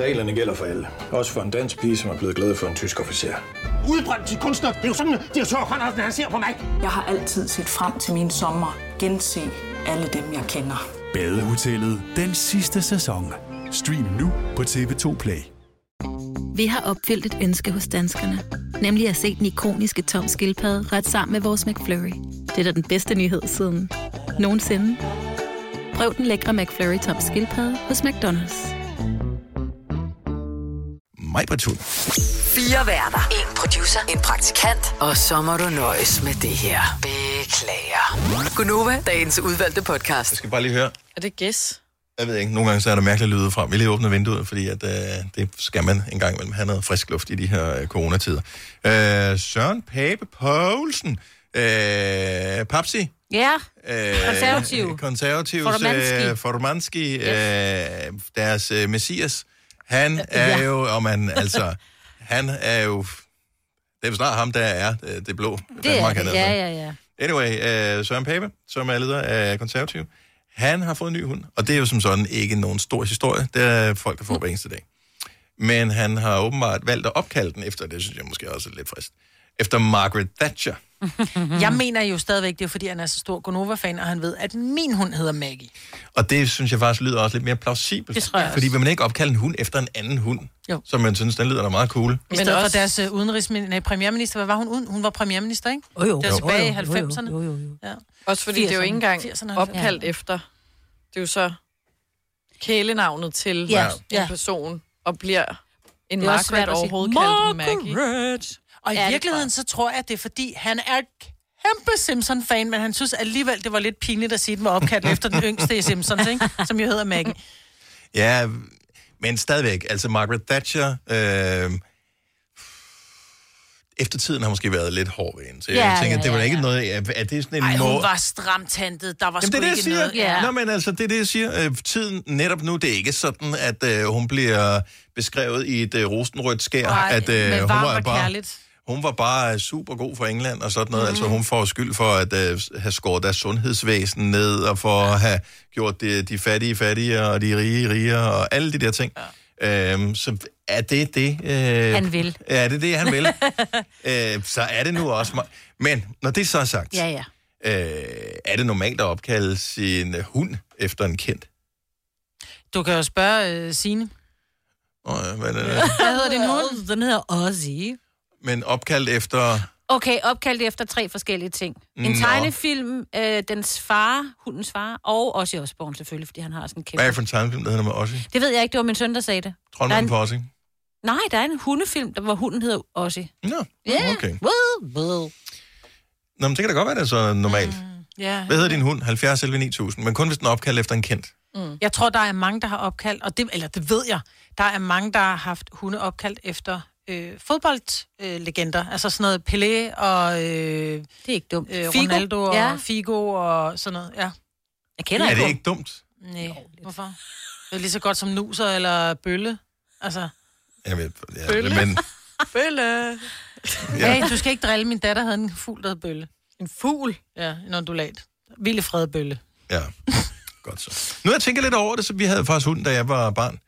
Reglerne gælder for alle. Også for en dansk pige, som er blevet glad for en tysk officer.
Udbrændt til kunstner. Det er jo sådan, at de har tørt, Andersen, han ser på mig. Jeg har altid set frem til min sommer. Gense alle dem, jeg kender.
Badehotellet den sidste sæson. Stream nu på TV2 Play.
Vi har opfyldt et ønske hos danskerne. Nemlig at se den ikoniske tom skildpadde ret sammen med vores McFlurry. Det er da den bedste nyhed siden nogensinde. Prøv den lækre McFlurry tom skildpadde hos McDonald's.
Mig, Britt
Fire værter. En producer. En praktikant. Og så må du nøjes med det her. Beklager. Gunova, dagens udvalgte podcast. Jeg
skal bare lige høre.
Er det gæs?
Jeg ved ikke, nogle gange så er der mærkelige lyde frem. Vi lige åbnet vinduet, fordi at, øh, det skal man en gang imellem have noget frisk luft i de her øh, coronatider. Øh, Søren Pape Poulsen, øh, Papsi,
Ja,
øh,
Konservativ.
Konservativs,
Formanski.
øh, Formanski, øh, deres øh, messias, han er
Øh, ja.
jo, og man, altså, han er jo, det er jo snart ham, der er øh, det blå.
det er
Danmark, han
det.
fra.
Ja, ja, ja.
Anyway, øh, Søren Pape, som er leder af Konservativ, han har fået en ny hund, og det er jo som sådan ikke nogen stor historie. Det er folk, der får hver eneste dag. Men han har åbenbart valgt at opkalde den efter, det synes jeg måske også er lidt frist, efter Margaret Thatcher.
Jeg mener jo stadigvæk, det er fordi, han er så stor Gonova-fan, og han ved, at min hund hedder Maggie.
Og det synes jeg faktisk lyder også lidt mere plausibelt.
Det tror jeg også.
Fordi vil man ikke opkalde en hund efter en anden hund,
Jo.
som man synes, den lyder da meget cool.
I stedet også... for deres uh, udenrigsminister, nej, premierminister, hvad var hun uden? Hun var premierminister, ikke?
Jo, jo.
Det var tilbage
Jo, jo,
i
jo,
90'erne.
jo,
Ja.
Også fordi det er jo ikke
80'erne.
engang
80'erne,
opkaldt
ja.
efter. Det er jo så kælenavnet til
Ja.
ja.
Ja.
en person, og bliver en
Det er også svært
Margaret
at sige,
overhovedet kaldt en Maggie.
Og i
Ja, det
virkeligheden, så tror jeg, at det er fordi, han er kæmpe Simpson-fan, men han synes alligevel, det var lidt pinligt at sige, at den var opkaldt efter den yngste i Simpsons, ikke? som jo hedder Maggie.
Ja, men stadigvæk. Altså Margaret Thatcher... Øh, eftertiden har måske været lidt hård ved hende. Så jeg
Ja,
tænker,
ja,
det var
ja,
da ikke noget... Er, er det sådan en
Ej, hun
måde...
var stramtantet. Der var sgu
Jamen, det er det, jeg
ikke
siger.
noget.
Ja. Nå, men altså, det er det, jeg siger. Øh, tiden netop nu, det er ikke sådan, at øh, hun bliver beskrevet i et øh, rosenrødt skær.
Nej,
at, øh,
men
hun
varmt
var
og kærligt.
Hun var bare super god for England og sådan noget. Mm. Altså, hun får skyld for at øh, have skåret deres sundhedsvæsen ned, og for ja. at have gjort de, de fattige fattigere, og de rige rigere, og alle de der ting. Ja. Øhm, så er det det... Øh,
Han vil.
Er det det, han vil? øh, så er det nu også... ma- Men når det så er sagt...
Ja, ja.
Øh, er det normalt at opkalde sin øh, hund efter en kendt?
Du kan jo spørge uh, Signe.
Åh, ja, hvad er det?
Hvad hedder din hund? Den hedder Ozzy.
Men opkaldt efter...
Okay, opkaldt efter tre forskellige ting. En
Nå.
Nå. tegnefilm, øh, dens far, hundens far, og også Osborn selvfølgelig, fordi han har sådan en kæmpe...
Hvad er det for en tegnefilm, der hedder med Ossie?
Det ved jeg ikke, det var min søn, der sagde det. Der er
Troldmanden
en-
på Ossie?
Nej, der er en hundefilm, der, hvor hunden hedder Ossie.
Nå,
yeah.
okay.
Woo, woo.
Nå, men det kan da godt være, det er så normalt.
Mm. Ja.
Hvad hedder din hund? 70 11 9000, men kun hvis den er opkaldt efter en kendt.
Mm. Jeg tror, der er mange, der har opkaldt, og det, eller det ved jeg, der er mange, der har haft hunde opkaldt efter øh, fodboldlegender. Øh, legender. altså sådan noget Pelé og... Øh, det
er ikke dumt.
Øh,
Figo.
Ronaldo og
Ja.
Figo og sådan noget, ja.
Jeg
er det ikke dumt?
Nej, hvorfor? Det er lige så godt som nuser eller bølle. Altså,
Jeg ved, ja,
Bølle.
men
bølle!
Ja.
Ja. Hey, du skal ikke drille. Min datter havde en fugl, der hed bølle. En fugl? Ja, en ondulat. Ville fred bølle.
ja, godt så. Nu har jeg tænker lidt over det, så vi havde faktisk hunden, da jeg var barn.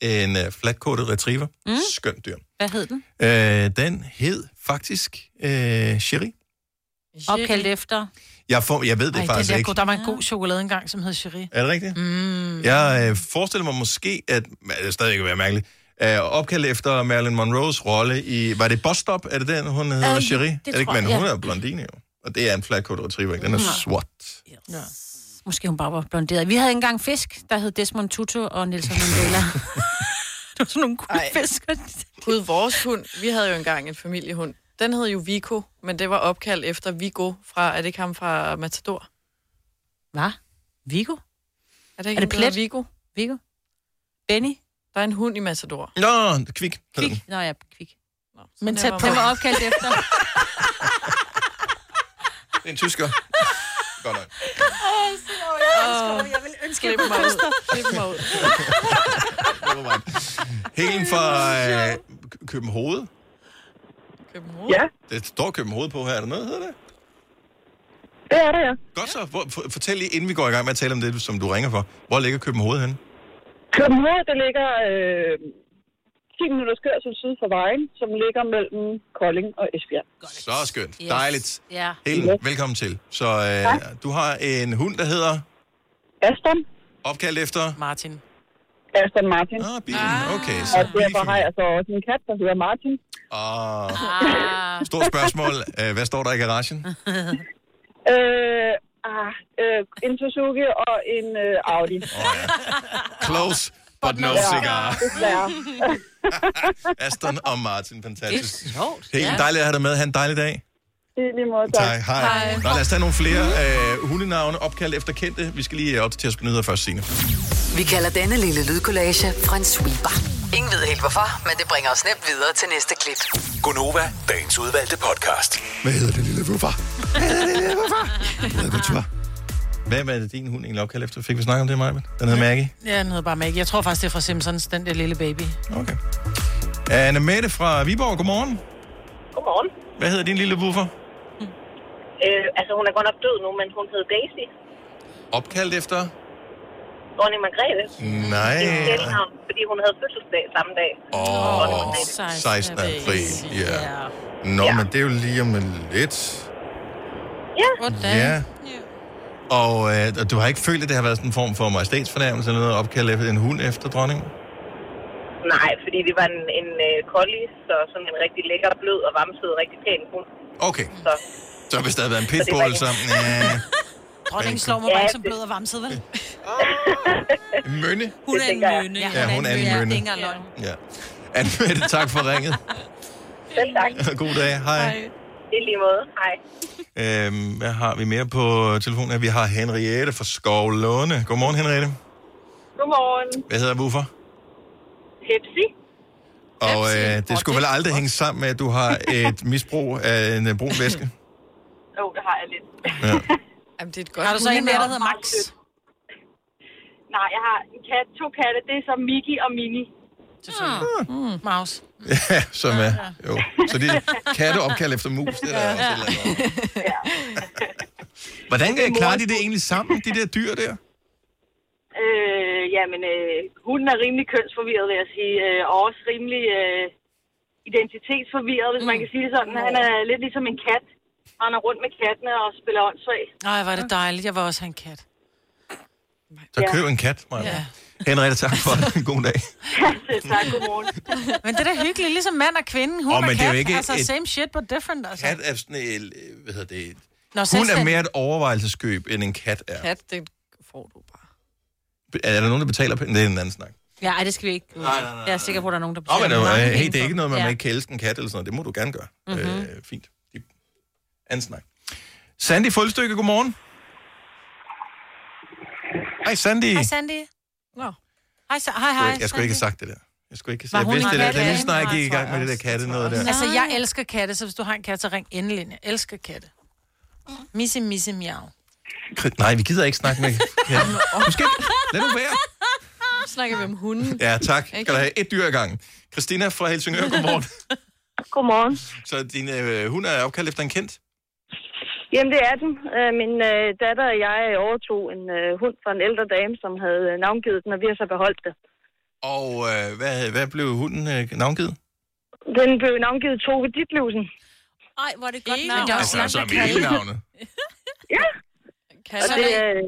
En øh, flatkottet retriever. Mm. Skønt dyr.
Hvad hed den?
Øh, den hed faktisk øh, Sherry.
Opkaldt efter...
Jeg, får, jeg ved det
Ej,
faktisk
den der,
ikke.
god- der var en god chokolade engang, som hed Cherie.
Er det rigtigt?
Mm.
Jeg øh, forestiller mig måske, at men det er stadig ikke være mærkeligt, øh, opkaldt efter Marilyn Monroes rolle i, var det Bus Stop? Er det den, hun hedder?
ja,
Uh, Cherie?
det
Er det ikke,
tror
men
jeg, ja.
hun er blondine jo. Og det er en flatcoat retriever, ikke? Den er
Nå.
swat.
Ja.
Måske hun bare var blonderet. Vi havde engang fisk, der hed Desmond Tutu og Nelson Mandela. det var sådan nogle cool fisk.
Gud, vores hund, vi havde jo engang en familiehund. Den hed jo Vico, men det var opkaldt efter Vigo fra, er det ikke ham fra Matador?
Hvad? Vigo?
Er det
Er
ikke
det
er det
Plet?
Vigo?
Vigo? Benny?
Der er en hund i Matador.
Nå, kvik.
Kvik? Nå ja, kvik.
Men
der
tæt
var
på.
man.
Den var opkaldt efter...
Det er en tysker. Godt nok.
jeg
vil
ønske, at jeg kunne kysse dig. Klip mig ud.
Helen fra øh, Kø- Københoved.
Københoved?
Ja. Det står Københoved på her. Er der noget, hedder det?
Det er det, ja.
Godt så. Hvor, for, fortæl lige, inden vi går i gang med at tale om det, som du ringer for. Hvor ligger Københoved henne?
København, det ligger øh,
10 minutters kørsel syd for vejen, som ligger mellem Kolding og Esbjerg.
Så skønt. Dejligt.
Ja.
Helen, velkommen til. Så
Tak.
øh, du har en hund, der hedder...
Aston.
Opkaldt efter?
Martin.
Aston Martin.
Ah, bilen. Okay,
så og derfor har jeg så også en kat, der hedder Martin.
Og Ah. stort spørgsmål. Øh, Hvad står der i garagen?
øh, ah, øh, en Suzuki og en øh, Audi.
Close, but no cigar.
Desværre.
Aston og Martin, fantastisk.
Det er sjovt.
Helt
Ja.
dejligt at have dig med. Ha' en dejlig dag.
Det er lige måde, tak.
Tak, hej. hej. Nå, lad os tage nogle flere øh, hundenavne opkaldt efter kendte. Vi skal lige øh, op til at skulle nyheder først, Signe.
Vi kalder denne lille lydkollage Frans sweeper. Ingen ved helt hvorfor, men det bringer os nemt videre til næste klip.
Gunova, dagens udvalgte podcast.
Hvad hedder det lille hvorfor? Hvem er det, din hund egentlig opkaldt efter? Fik vi snakket om det, Maja? Den hedder Maggie.
Ja, den hedder bare Maggie. Jeg tror faktisk, det er fra Simpsons, den der lille baby.
Okay. Anne Mette fra Viborg, godmorgen.
Godmorgen.
Hvad hedder din lille buffer?
Øh, altså, hun er godt nok død nu, men hun hed Daisy.
Opkaldt efter?
Dronning Margrethe.
Nej.
Det er et kælenavn, fordi hun havde fødselsdag samme dag.
Åh,
Dronning
oh,
Margrethe.
16. april. Ja. Nå, men det er jo lige om lidt.
Ja.
Ja. Og øh, og du har ikke følt, at det har været sådan en form for majestætsfornærmelse eller noget opkaldt efter en hund efter dronningen?
Nej, fordi det var en, en uh, collie, så sådan en rigtig lækker, blød og vamset, rigtig pæn hund.
Okay.
Så,
Så hvis der havde været en
Så det var
pitbull,
ikke-
så... Næh.
Dronningen
Men-
slår mig bare ikke som blød og vamset, vel?
En mønne?
Hun er en mønne.
Ja, hun er en
Ja, det
mønne.
er ikke engang løgn.
Ja. Anne-Mette, tak for ringet.
selv tak.
God dag. Hej.
Det er lige måde. Hej.
Øhm, hvad har vi mere på telefonen her? Vi har Henriette fra Skovlunde. Godmorgen, Henriette.
Godmorgen.
Hvad hedder Woofer?
Pepsi.
Og øh, det skulle vel aldrig hænge sammen med, at du har et misbrug af en øh, brun væske?
Jo, oh, det har jeg lidt.
Ja.
Jamen, det er et
Har du så en mere, der hedder Max?
Nej, jeg har en kat, to katte. Det er så Mickey og Minnie.
Selvfølgelig. Mm. Mouse.
Ja, som er, jo. Så det er katte opkald efter mus. Det er der også et eller andet over. Hvordan øh, klarer de det egentlig sammen, de der dyr der?
Øh, jamen, øh, hunden er rimelig kønsforvirret, vil jeg sige, øh, og også rimelig øh, identitetsforvirret, hvis mm. man kan sige det sådan. Han er lidt ligesom en kat. Han er rundt med kattene og spiller åndssvag.
Nej, var det dejligt. Jeg var også have en kat.
Så køb en kat, Maja. Ja. Henriette, tak for det. God dag.
Øh,
tak, godmorgen.
Men det er da hyggeligt, ligesom mand og kvinde. Hun
Åh,
oh,
men
og
det er jo
kat,
ikke
altså
et-
same shit but different. Altså.
Kat er sådan en, øh, hvad hedder det?
Nå,
Hun er
selvstændig.
mere et overvejelseskøb, end en kat er.
Kat, det får du.
Er der nogen, der betaler penge? Det er en anden snak.
Ja, ej, det skal vi ikke.
Nej, nej, nej.
Jeg er sikker på, at der er nogen, der
Nå, men det,
betaler
er,
mange
jo- hey, det er
penge
ikke noget, man
for.
ja. ikke kan elske en kat eller sådan noget. Det må du gerne gøre.
Mhm.
Øh, fint. Det er anden snak. Sandy Fuldstykke, godmorgen. Hej, Sandy.
Hej, Sandy. Nå. Hej, Sa- hej, hej.
Jeg skulle ikke have sagt det der. Jeg skulle ikke
Var
have sagt
hun
jeg vidste
en
det der.
kat?
Det er lige snart jeg
Nej,
gik i
tror
gang med det der katte noget der.
Altså, jeg elsker katte, så hvis du har en kat, så ring endelig. ind. Jeg elsker katte. Mm. Misse, misse, miau.
Kri- Nej, vi gider ikke snakke med katten. Du skal ikke. Lad nu være.
Nu snakker vi om hunden.
Ja, tak. Skal du have et dyr ad gangen. Christina fra Helsingør, godmorgen.
Godmorgen.
Så din øh, hund er opkaldt efter en kendt?
Jamen, det er den. Øh, min øh, datter og jeg overtog en øh, hund fra en ældre dame, som havde øh, navngivet den, og vi har så beholdt det.
Og øh, hvad, hvad blev hunden øh, navngivet?
Den blev navngivet Tove Ditlevsen.
Ej, hvor er det godt
navn.
navn.
Altså, altså med navnet.
Og
Så
det,
når I-
øh,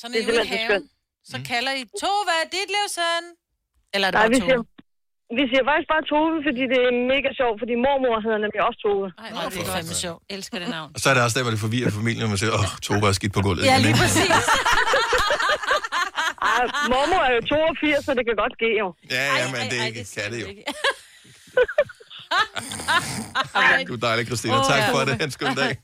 så når
det
I
er
er ude i
simpelthen så skønt. Mm.
haven, så kalder I Tova Ditlevsen. Eller er det
Nej, vi
bare
siger,
Tove?
vi siger faktisk bare Tove, fordi det er mega sjovt, fordi mormor hedder nemlig også Tove.
Nej, hvor er det fandme sjovt.
Elsker det navn.
Og så er det også der, hvor det forvirrer familien, når man siger, åh, Tove er skidt på gulvet.
Ja, lige
Men-
præcis. Ej, Ah, mormor er jo 82, så det kan godt ske jo.
Ja, ja, men det er ikke katte jo. Du er dejlig, Christina.
Åh,
Tak
ja.
for det. En skøn dag.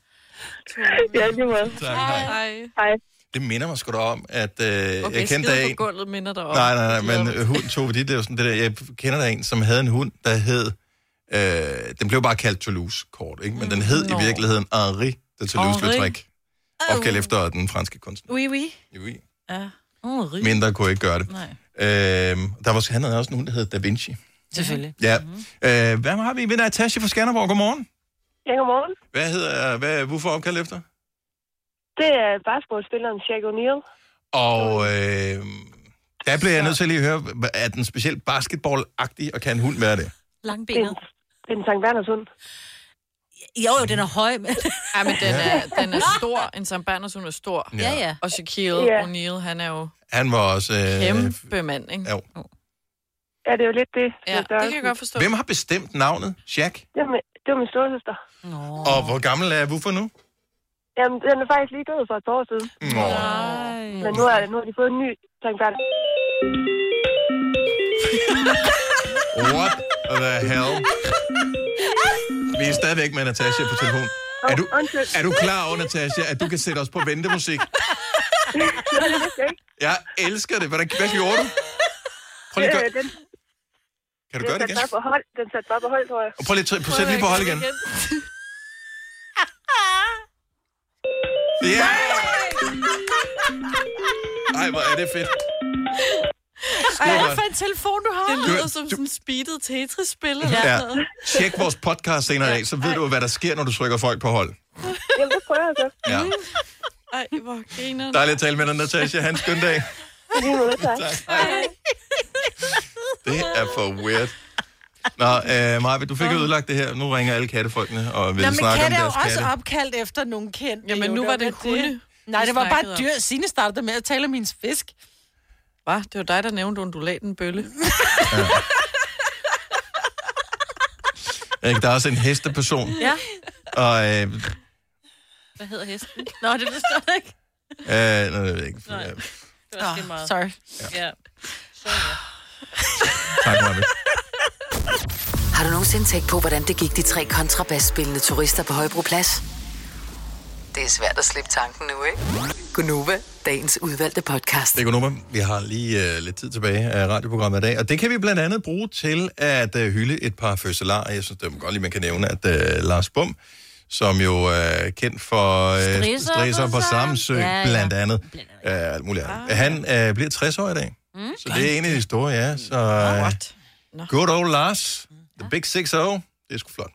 Ja, lige måde.
Tak, hej.
Hej.
Det minder mig sgu da om, at øh,
Okay,
jeg kendte der
skide
en...
på gulvet minder dig om.
Nej, nej, nej, men øh, hunden Tove, det er jo sådan det der, jeg kender der en, som havde en hund, der hed, øh, den blev bare kaldt Toulouse kort, ikke? men den hed i virkeligheden Henri de Toulouse-Lautrec, opkaldt efter den franske kunstner.
Oui, oui.
Oui.
Ja. Oh,
Mindre kunne jeg ikke gøre det.
Nej. Mhm.
Øh, der var, han havde også en hund, der hed Da Vinci.
Selvfølgelig.
Ja. Øh, hvad har vi? Vi er Natasha fra Skanderborg. Godmorgen.
Ja, godmorgen.
Hvad hedder, hvad, hvorfor opkaldt efter?
Det er basketballspilleren Shaq O'Neal.
Og øh, Der bliver jeg nødt til lige at høre, hva- er den specielt basketball-agtig, og kan en hund være det?
Langbenet.
Den Sankt Berners hund.
Jo, jo, den er høj. Men...
Ja, men den er, den er stor. En Sam Berners, hun er stor.
Ja. Ja,
Og Shaquille
Ja.
O'Neal, han er jo
Han var også... Øh,
kæmpe mand, ikke?
jo.
Ja, det er jo lidt det.
Ja, det kan jeg godt forstå.
Hvem har bestemt navnet? Jack?
Det var, min, det var min storesøster. Nå.
Og hvor gammel er Woofer nu?
Jamen, den er faktisk lige død for et par år siden.
Nå.
Mm.
Men nu, er, nu har de fået en ny Sankt Berners.
What the hell? Vi er stadigvæk med Natasha på telefon. Er du,
undskyld.
er du klar over, Natasha, at du kan sætte os på ventemusik? Jeg elsker det. Hvordan, hvad gjorde du? Prøv lige at
Øh,
gøre,
den,
kan du
den
gøre det
satte
igen?
bare på hold. Den satte bare på hold, tror jeg.
Og prøv lige at trykke- prøv at sætte lige på hold igen. Ja! Ej, hvor er det fedt.
Ej,
Skide
hvad
godt.
for en telefon, du har? Det
Du-
lyder som sådan en speedet Tetris-spil. eller
Ja.
sådan noget.
Tjek vores podcast senere i dag, så ved du, hvad der sker, når du trykker folk på hold.
Jamen, det prøver jeg så.
Ja.
Mhm.
Ej, hvor griner
Dejligt at tale med dig, Natasha. Hans skøn dag.
Lige måde, tak.
Det er for weird. Nå, øh, Marve, du fik jo ødelagt det her. Nu ringer alle kattefolkene og vil
Nå, men
snakke om
katte er jo
deres
også
katte.
opkaldt efter nogen kendte.
Jamen,
jo,
nu
der
var det hunde,
Nej,
vi
det var
snakkede
bare
om.
dyr. Signe startede med at tale om hendes fisk.
Hva? Det var dig, der nævnte undulaten bølle.
Ikke? Der er også en hesteperson.
Ja.
Og øh,
Hvad hedder hesten? Nå, det forstår jeg ikke.
øh, nå, jeg ved ikke.
Nej.
Ja,
Det var oh, meget.
Sorry.
Ja.
tak, Marve.
Har du nogensinde tænkt på, hvordan det gik de tre kontrabasspillende turister på Højbroplads? Det er svært at slippe tanken nu, ikke? Gunova, dagens udvalgte podcast.
Det er Gunova. Vi har lige øh, lidt tid tilbage af radioprogrammet i dag, og det kan vi blandt andet bruge til at øh, hylde et par fødselarer. Jeg synes, det er godt lige, man kan nævne, at øh, Lars Bum, som jo øh, er kendt for øh,
Strisser på
stresser på Samsø,
Ja,
ja,
ja.
ja. blandt andet. Øh, alt muligt andet. Han øh, bliver 60 år i dag,
Mm.
så det er en af de store, ja. Så, øh, good old Lars,
Mm.
the big 6 0 det er sgu flot.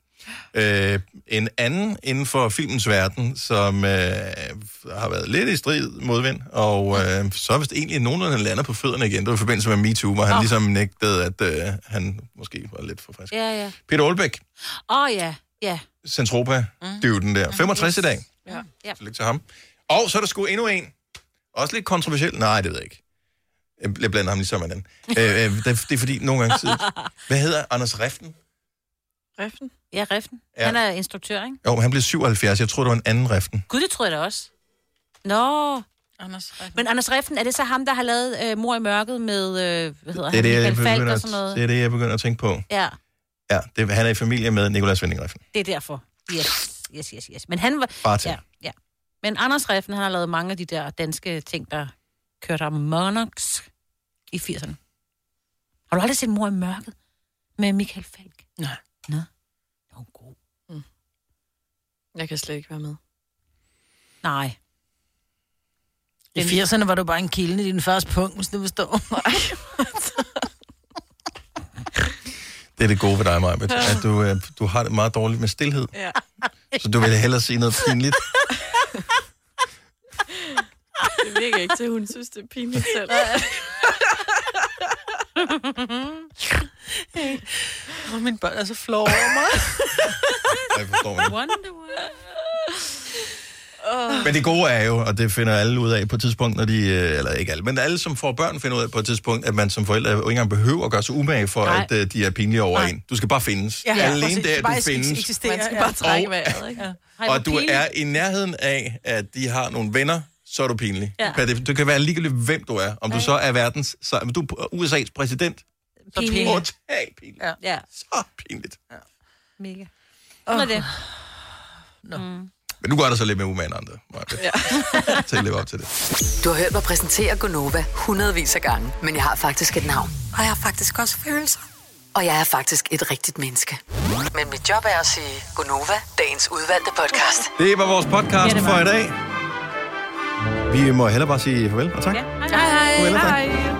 Øh, en anden inden for filmens verden, som øh, har været lidt i strid modvind, og øh, så er vist egentlig nogenlunde landet på fødderne igen. Det var i forbindelse med MeToo, hvor han
Åh.
oh. ligesom nægtede, at øh, han måske var lidt for frisk.
Ja, ja.
Peter Olbæk,
Åh, oh, ja. Ja.
Centropa, mm. dyvden der. 65 i dag.
Ja. ja.
Tillykke til ham. Og så er der sgu endnu en. Også lidt kontroversiel. Nej, det ved jeg ikke. Jeg bl- Jeg blander ham lige sammen med den. øh, øh, det, er- det er fordi, nogle gange... Sidder... Hvad hedder Anders Reften?
Reften?
Ja, Reften.
Ja.
Ja. Han er instruktør, ikke?
Jo, han blev 77. Jeg tror, det var en anden Reften.
Gud, det tror jeg da også. Nå.
Anders Reften.
Men Anders Reften, er det så ham, der har lavet øh, Mor i mørket med, øh, hvad hedder
Det er
han,
det, jeg
Michael Falk
begynder,
og sådan noget?
at- det er det, jeg begynder at tænke på.
Ja,
Ja, det, han er i familie med Nicolas Winding Reften.
det er derfor. Yes, yes, yes, yes. Men han var...
Far til.
Ja, ja. Men Anders Reften, han har lavet mange af de der danske ting, der kørte ham Monarchs i 80'erne. Har du aldrig set Mor i mørket med Michael Falk?
Nej.
Jeg kan slet ikke være med.
Nej.
I 80'erne var du bare en kilde i din første punkt, hvis du forstår mig.
Det er det gode ved dig, Maja, at du, øh, du har det meget dårligt med stillhed.
Ja.
Så du vil hellere sige noget pinligt.
Det virker ikke til, hun synes, det er pinligt selv.
Og mine børn er så flove over mig.
Jeg forstår det.
Åh.
Men det gode er jo, og det finder alle ud af på et tidspunkt, når de, øh, eller ikke alle, men alle som får børn finder ud af på et tidspunkt, at man som forældre jo ikke engang behøver at gøre sig umage for,
Nej.
Nej. at øh, de er pinlige over en. Du skal bare findes. Ja, Alene der, du findes.
Man skal bare trække vejret, ikke? Ja.
og at du er i nærheden af, at de har nogle venner, så er du pinlig.
Ja.
Ja. Du kan være ligegyldigt, hvem du er. Om du så er verdens, så, om du er USA's præsident, så
Pinlig.
pinlig. Total pinlig.
Ja.
ja.
Så pinligt.
Mega. Sådan er det.
Nå.
Mm.
Men du gør dig så lidt mere umage end andre. Ja. Til at leve op til det.
Du har hørt mig præsentere Gunova hundredvis af gange, men jeg har faktisk et navn.
Og jeg har faktisk også følelser.
Og jeg er faktisk et rigtigt menneske. Men mit job er at sige Gunova, dagens udvalgte podcast.
Det var vores podcast ja, var. for i dag. Vi må hellere bare sige farvel og tak. Ja.
Hej hej.
Farvel og tak.
hej.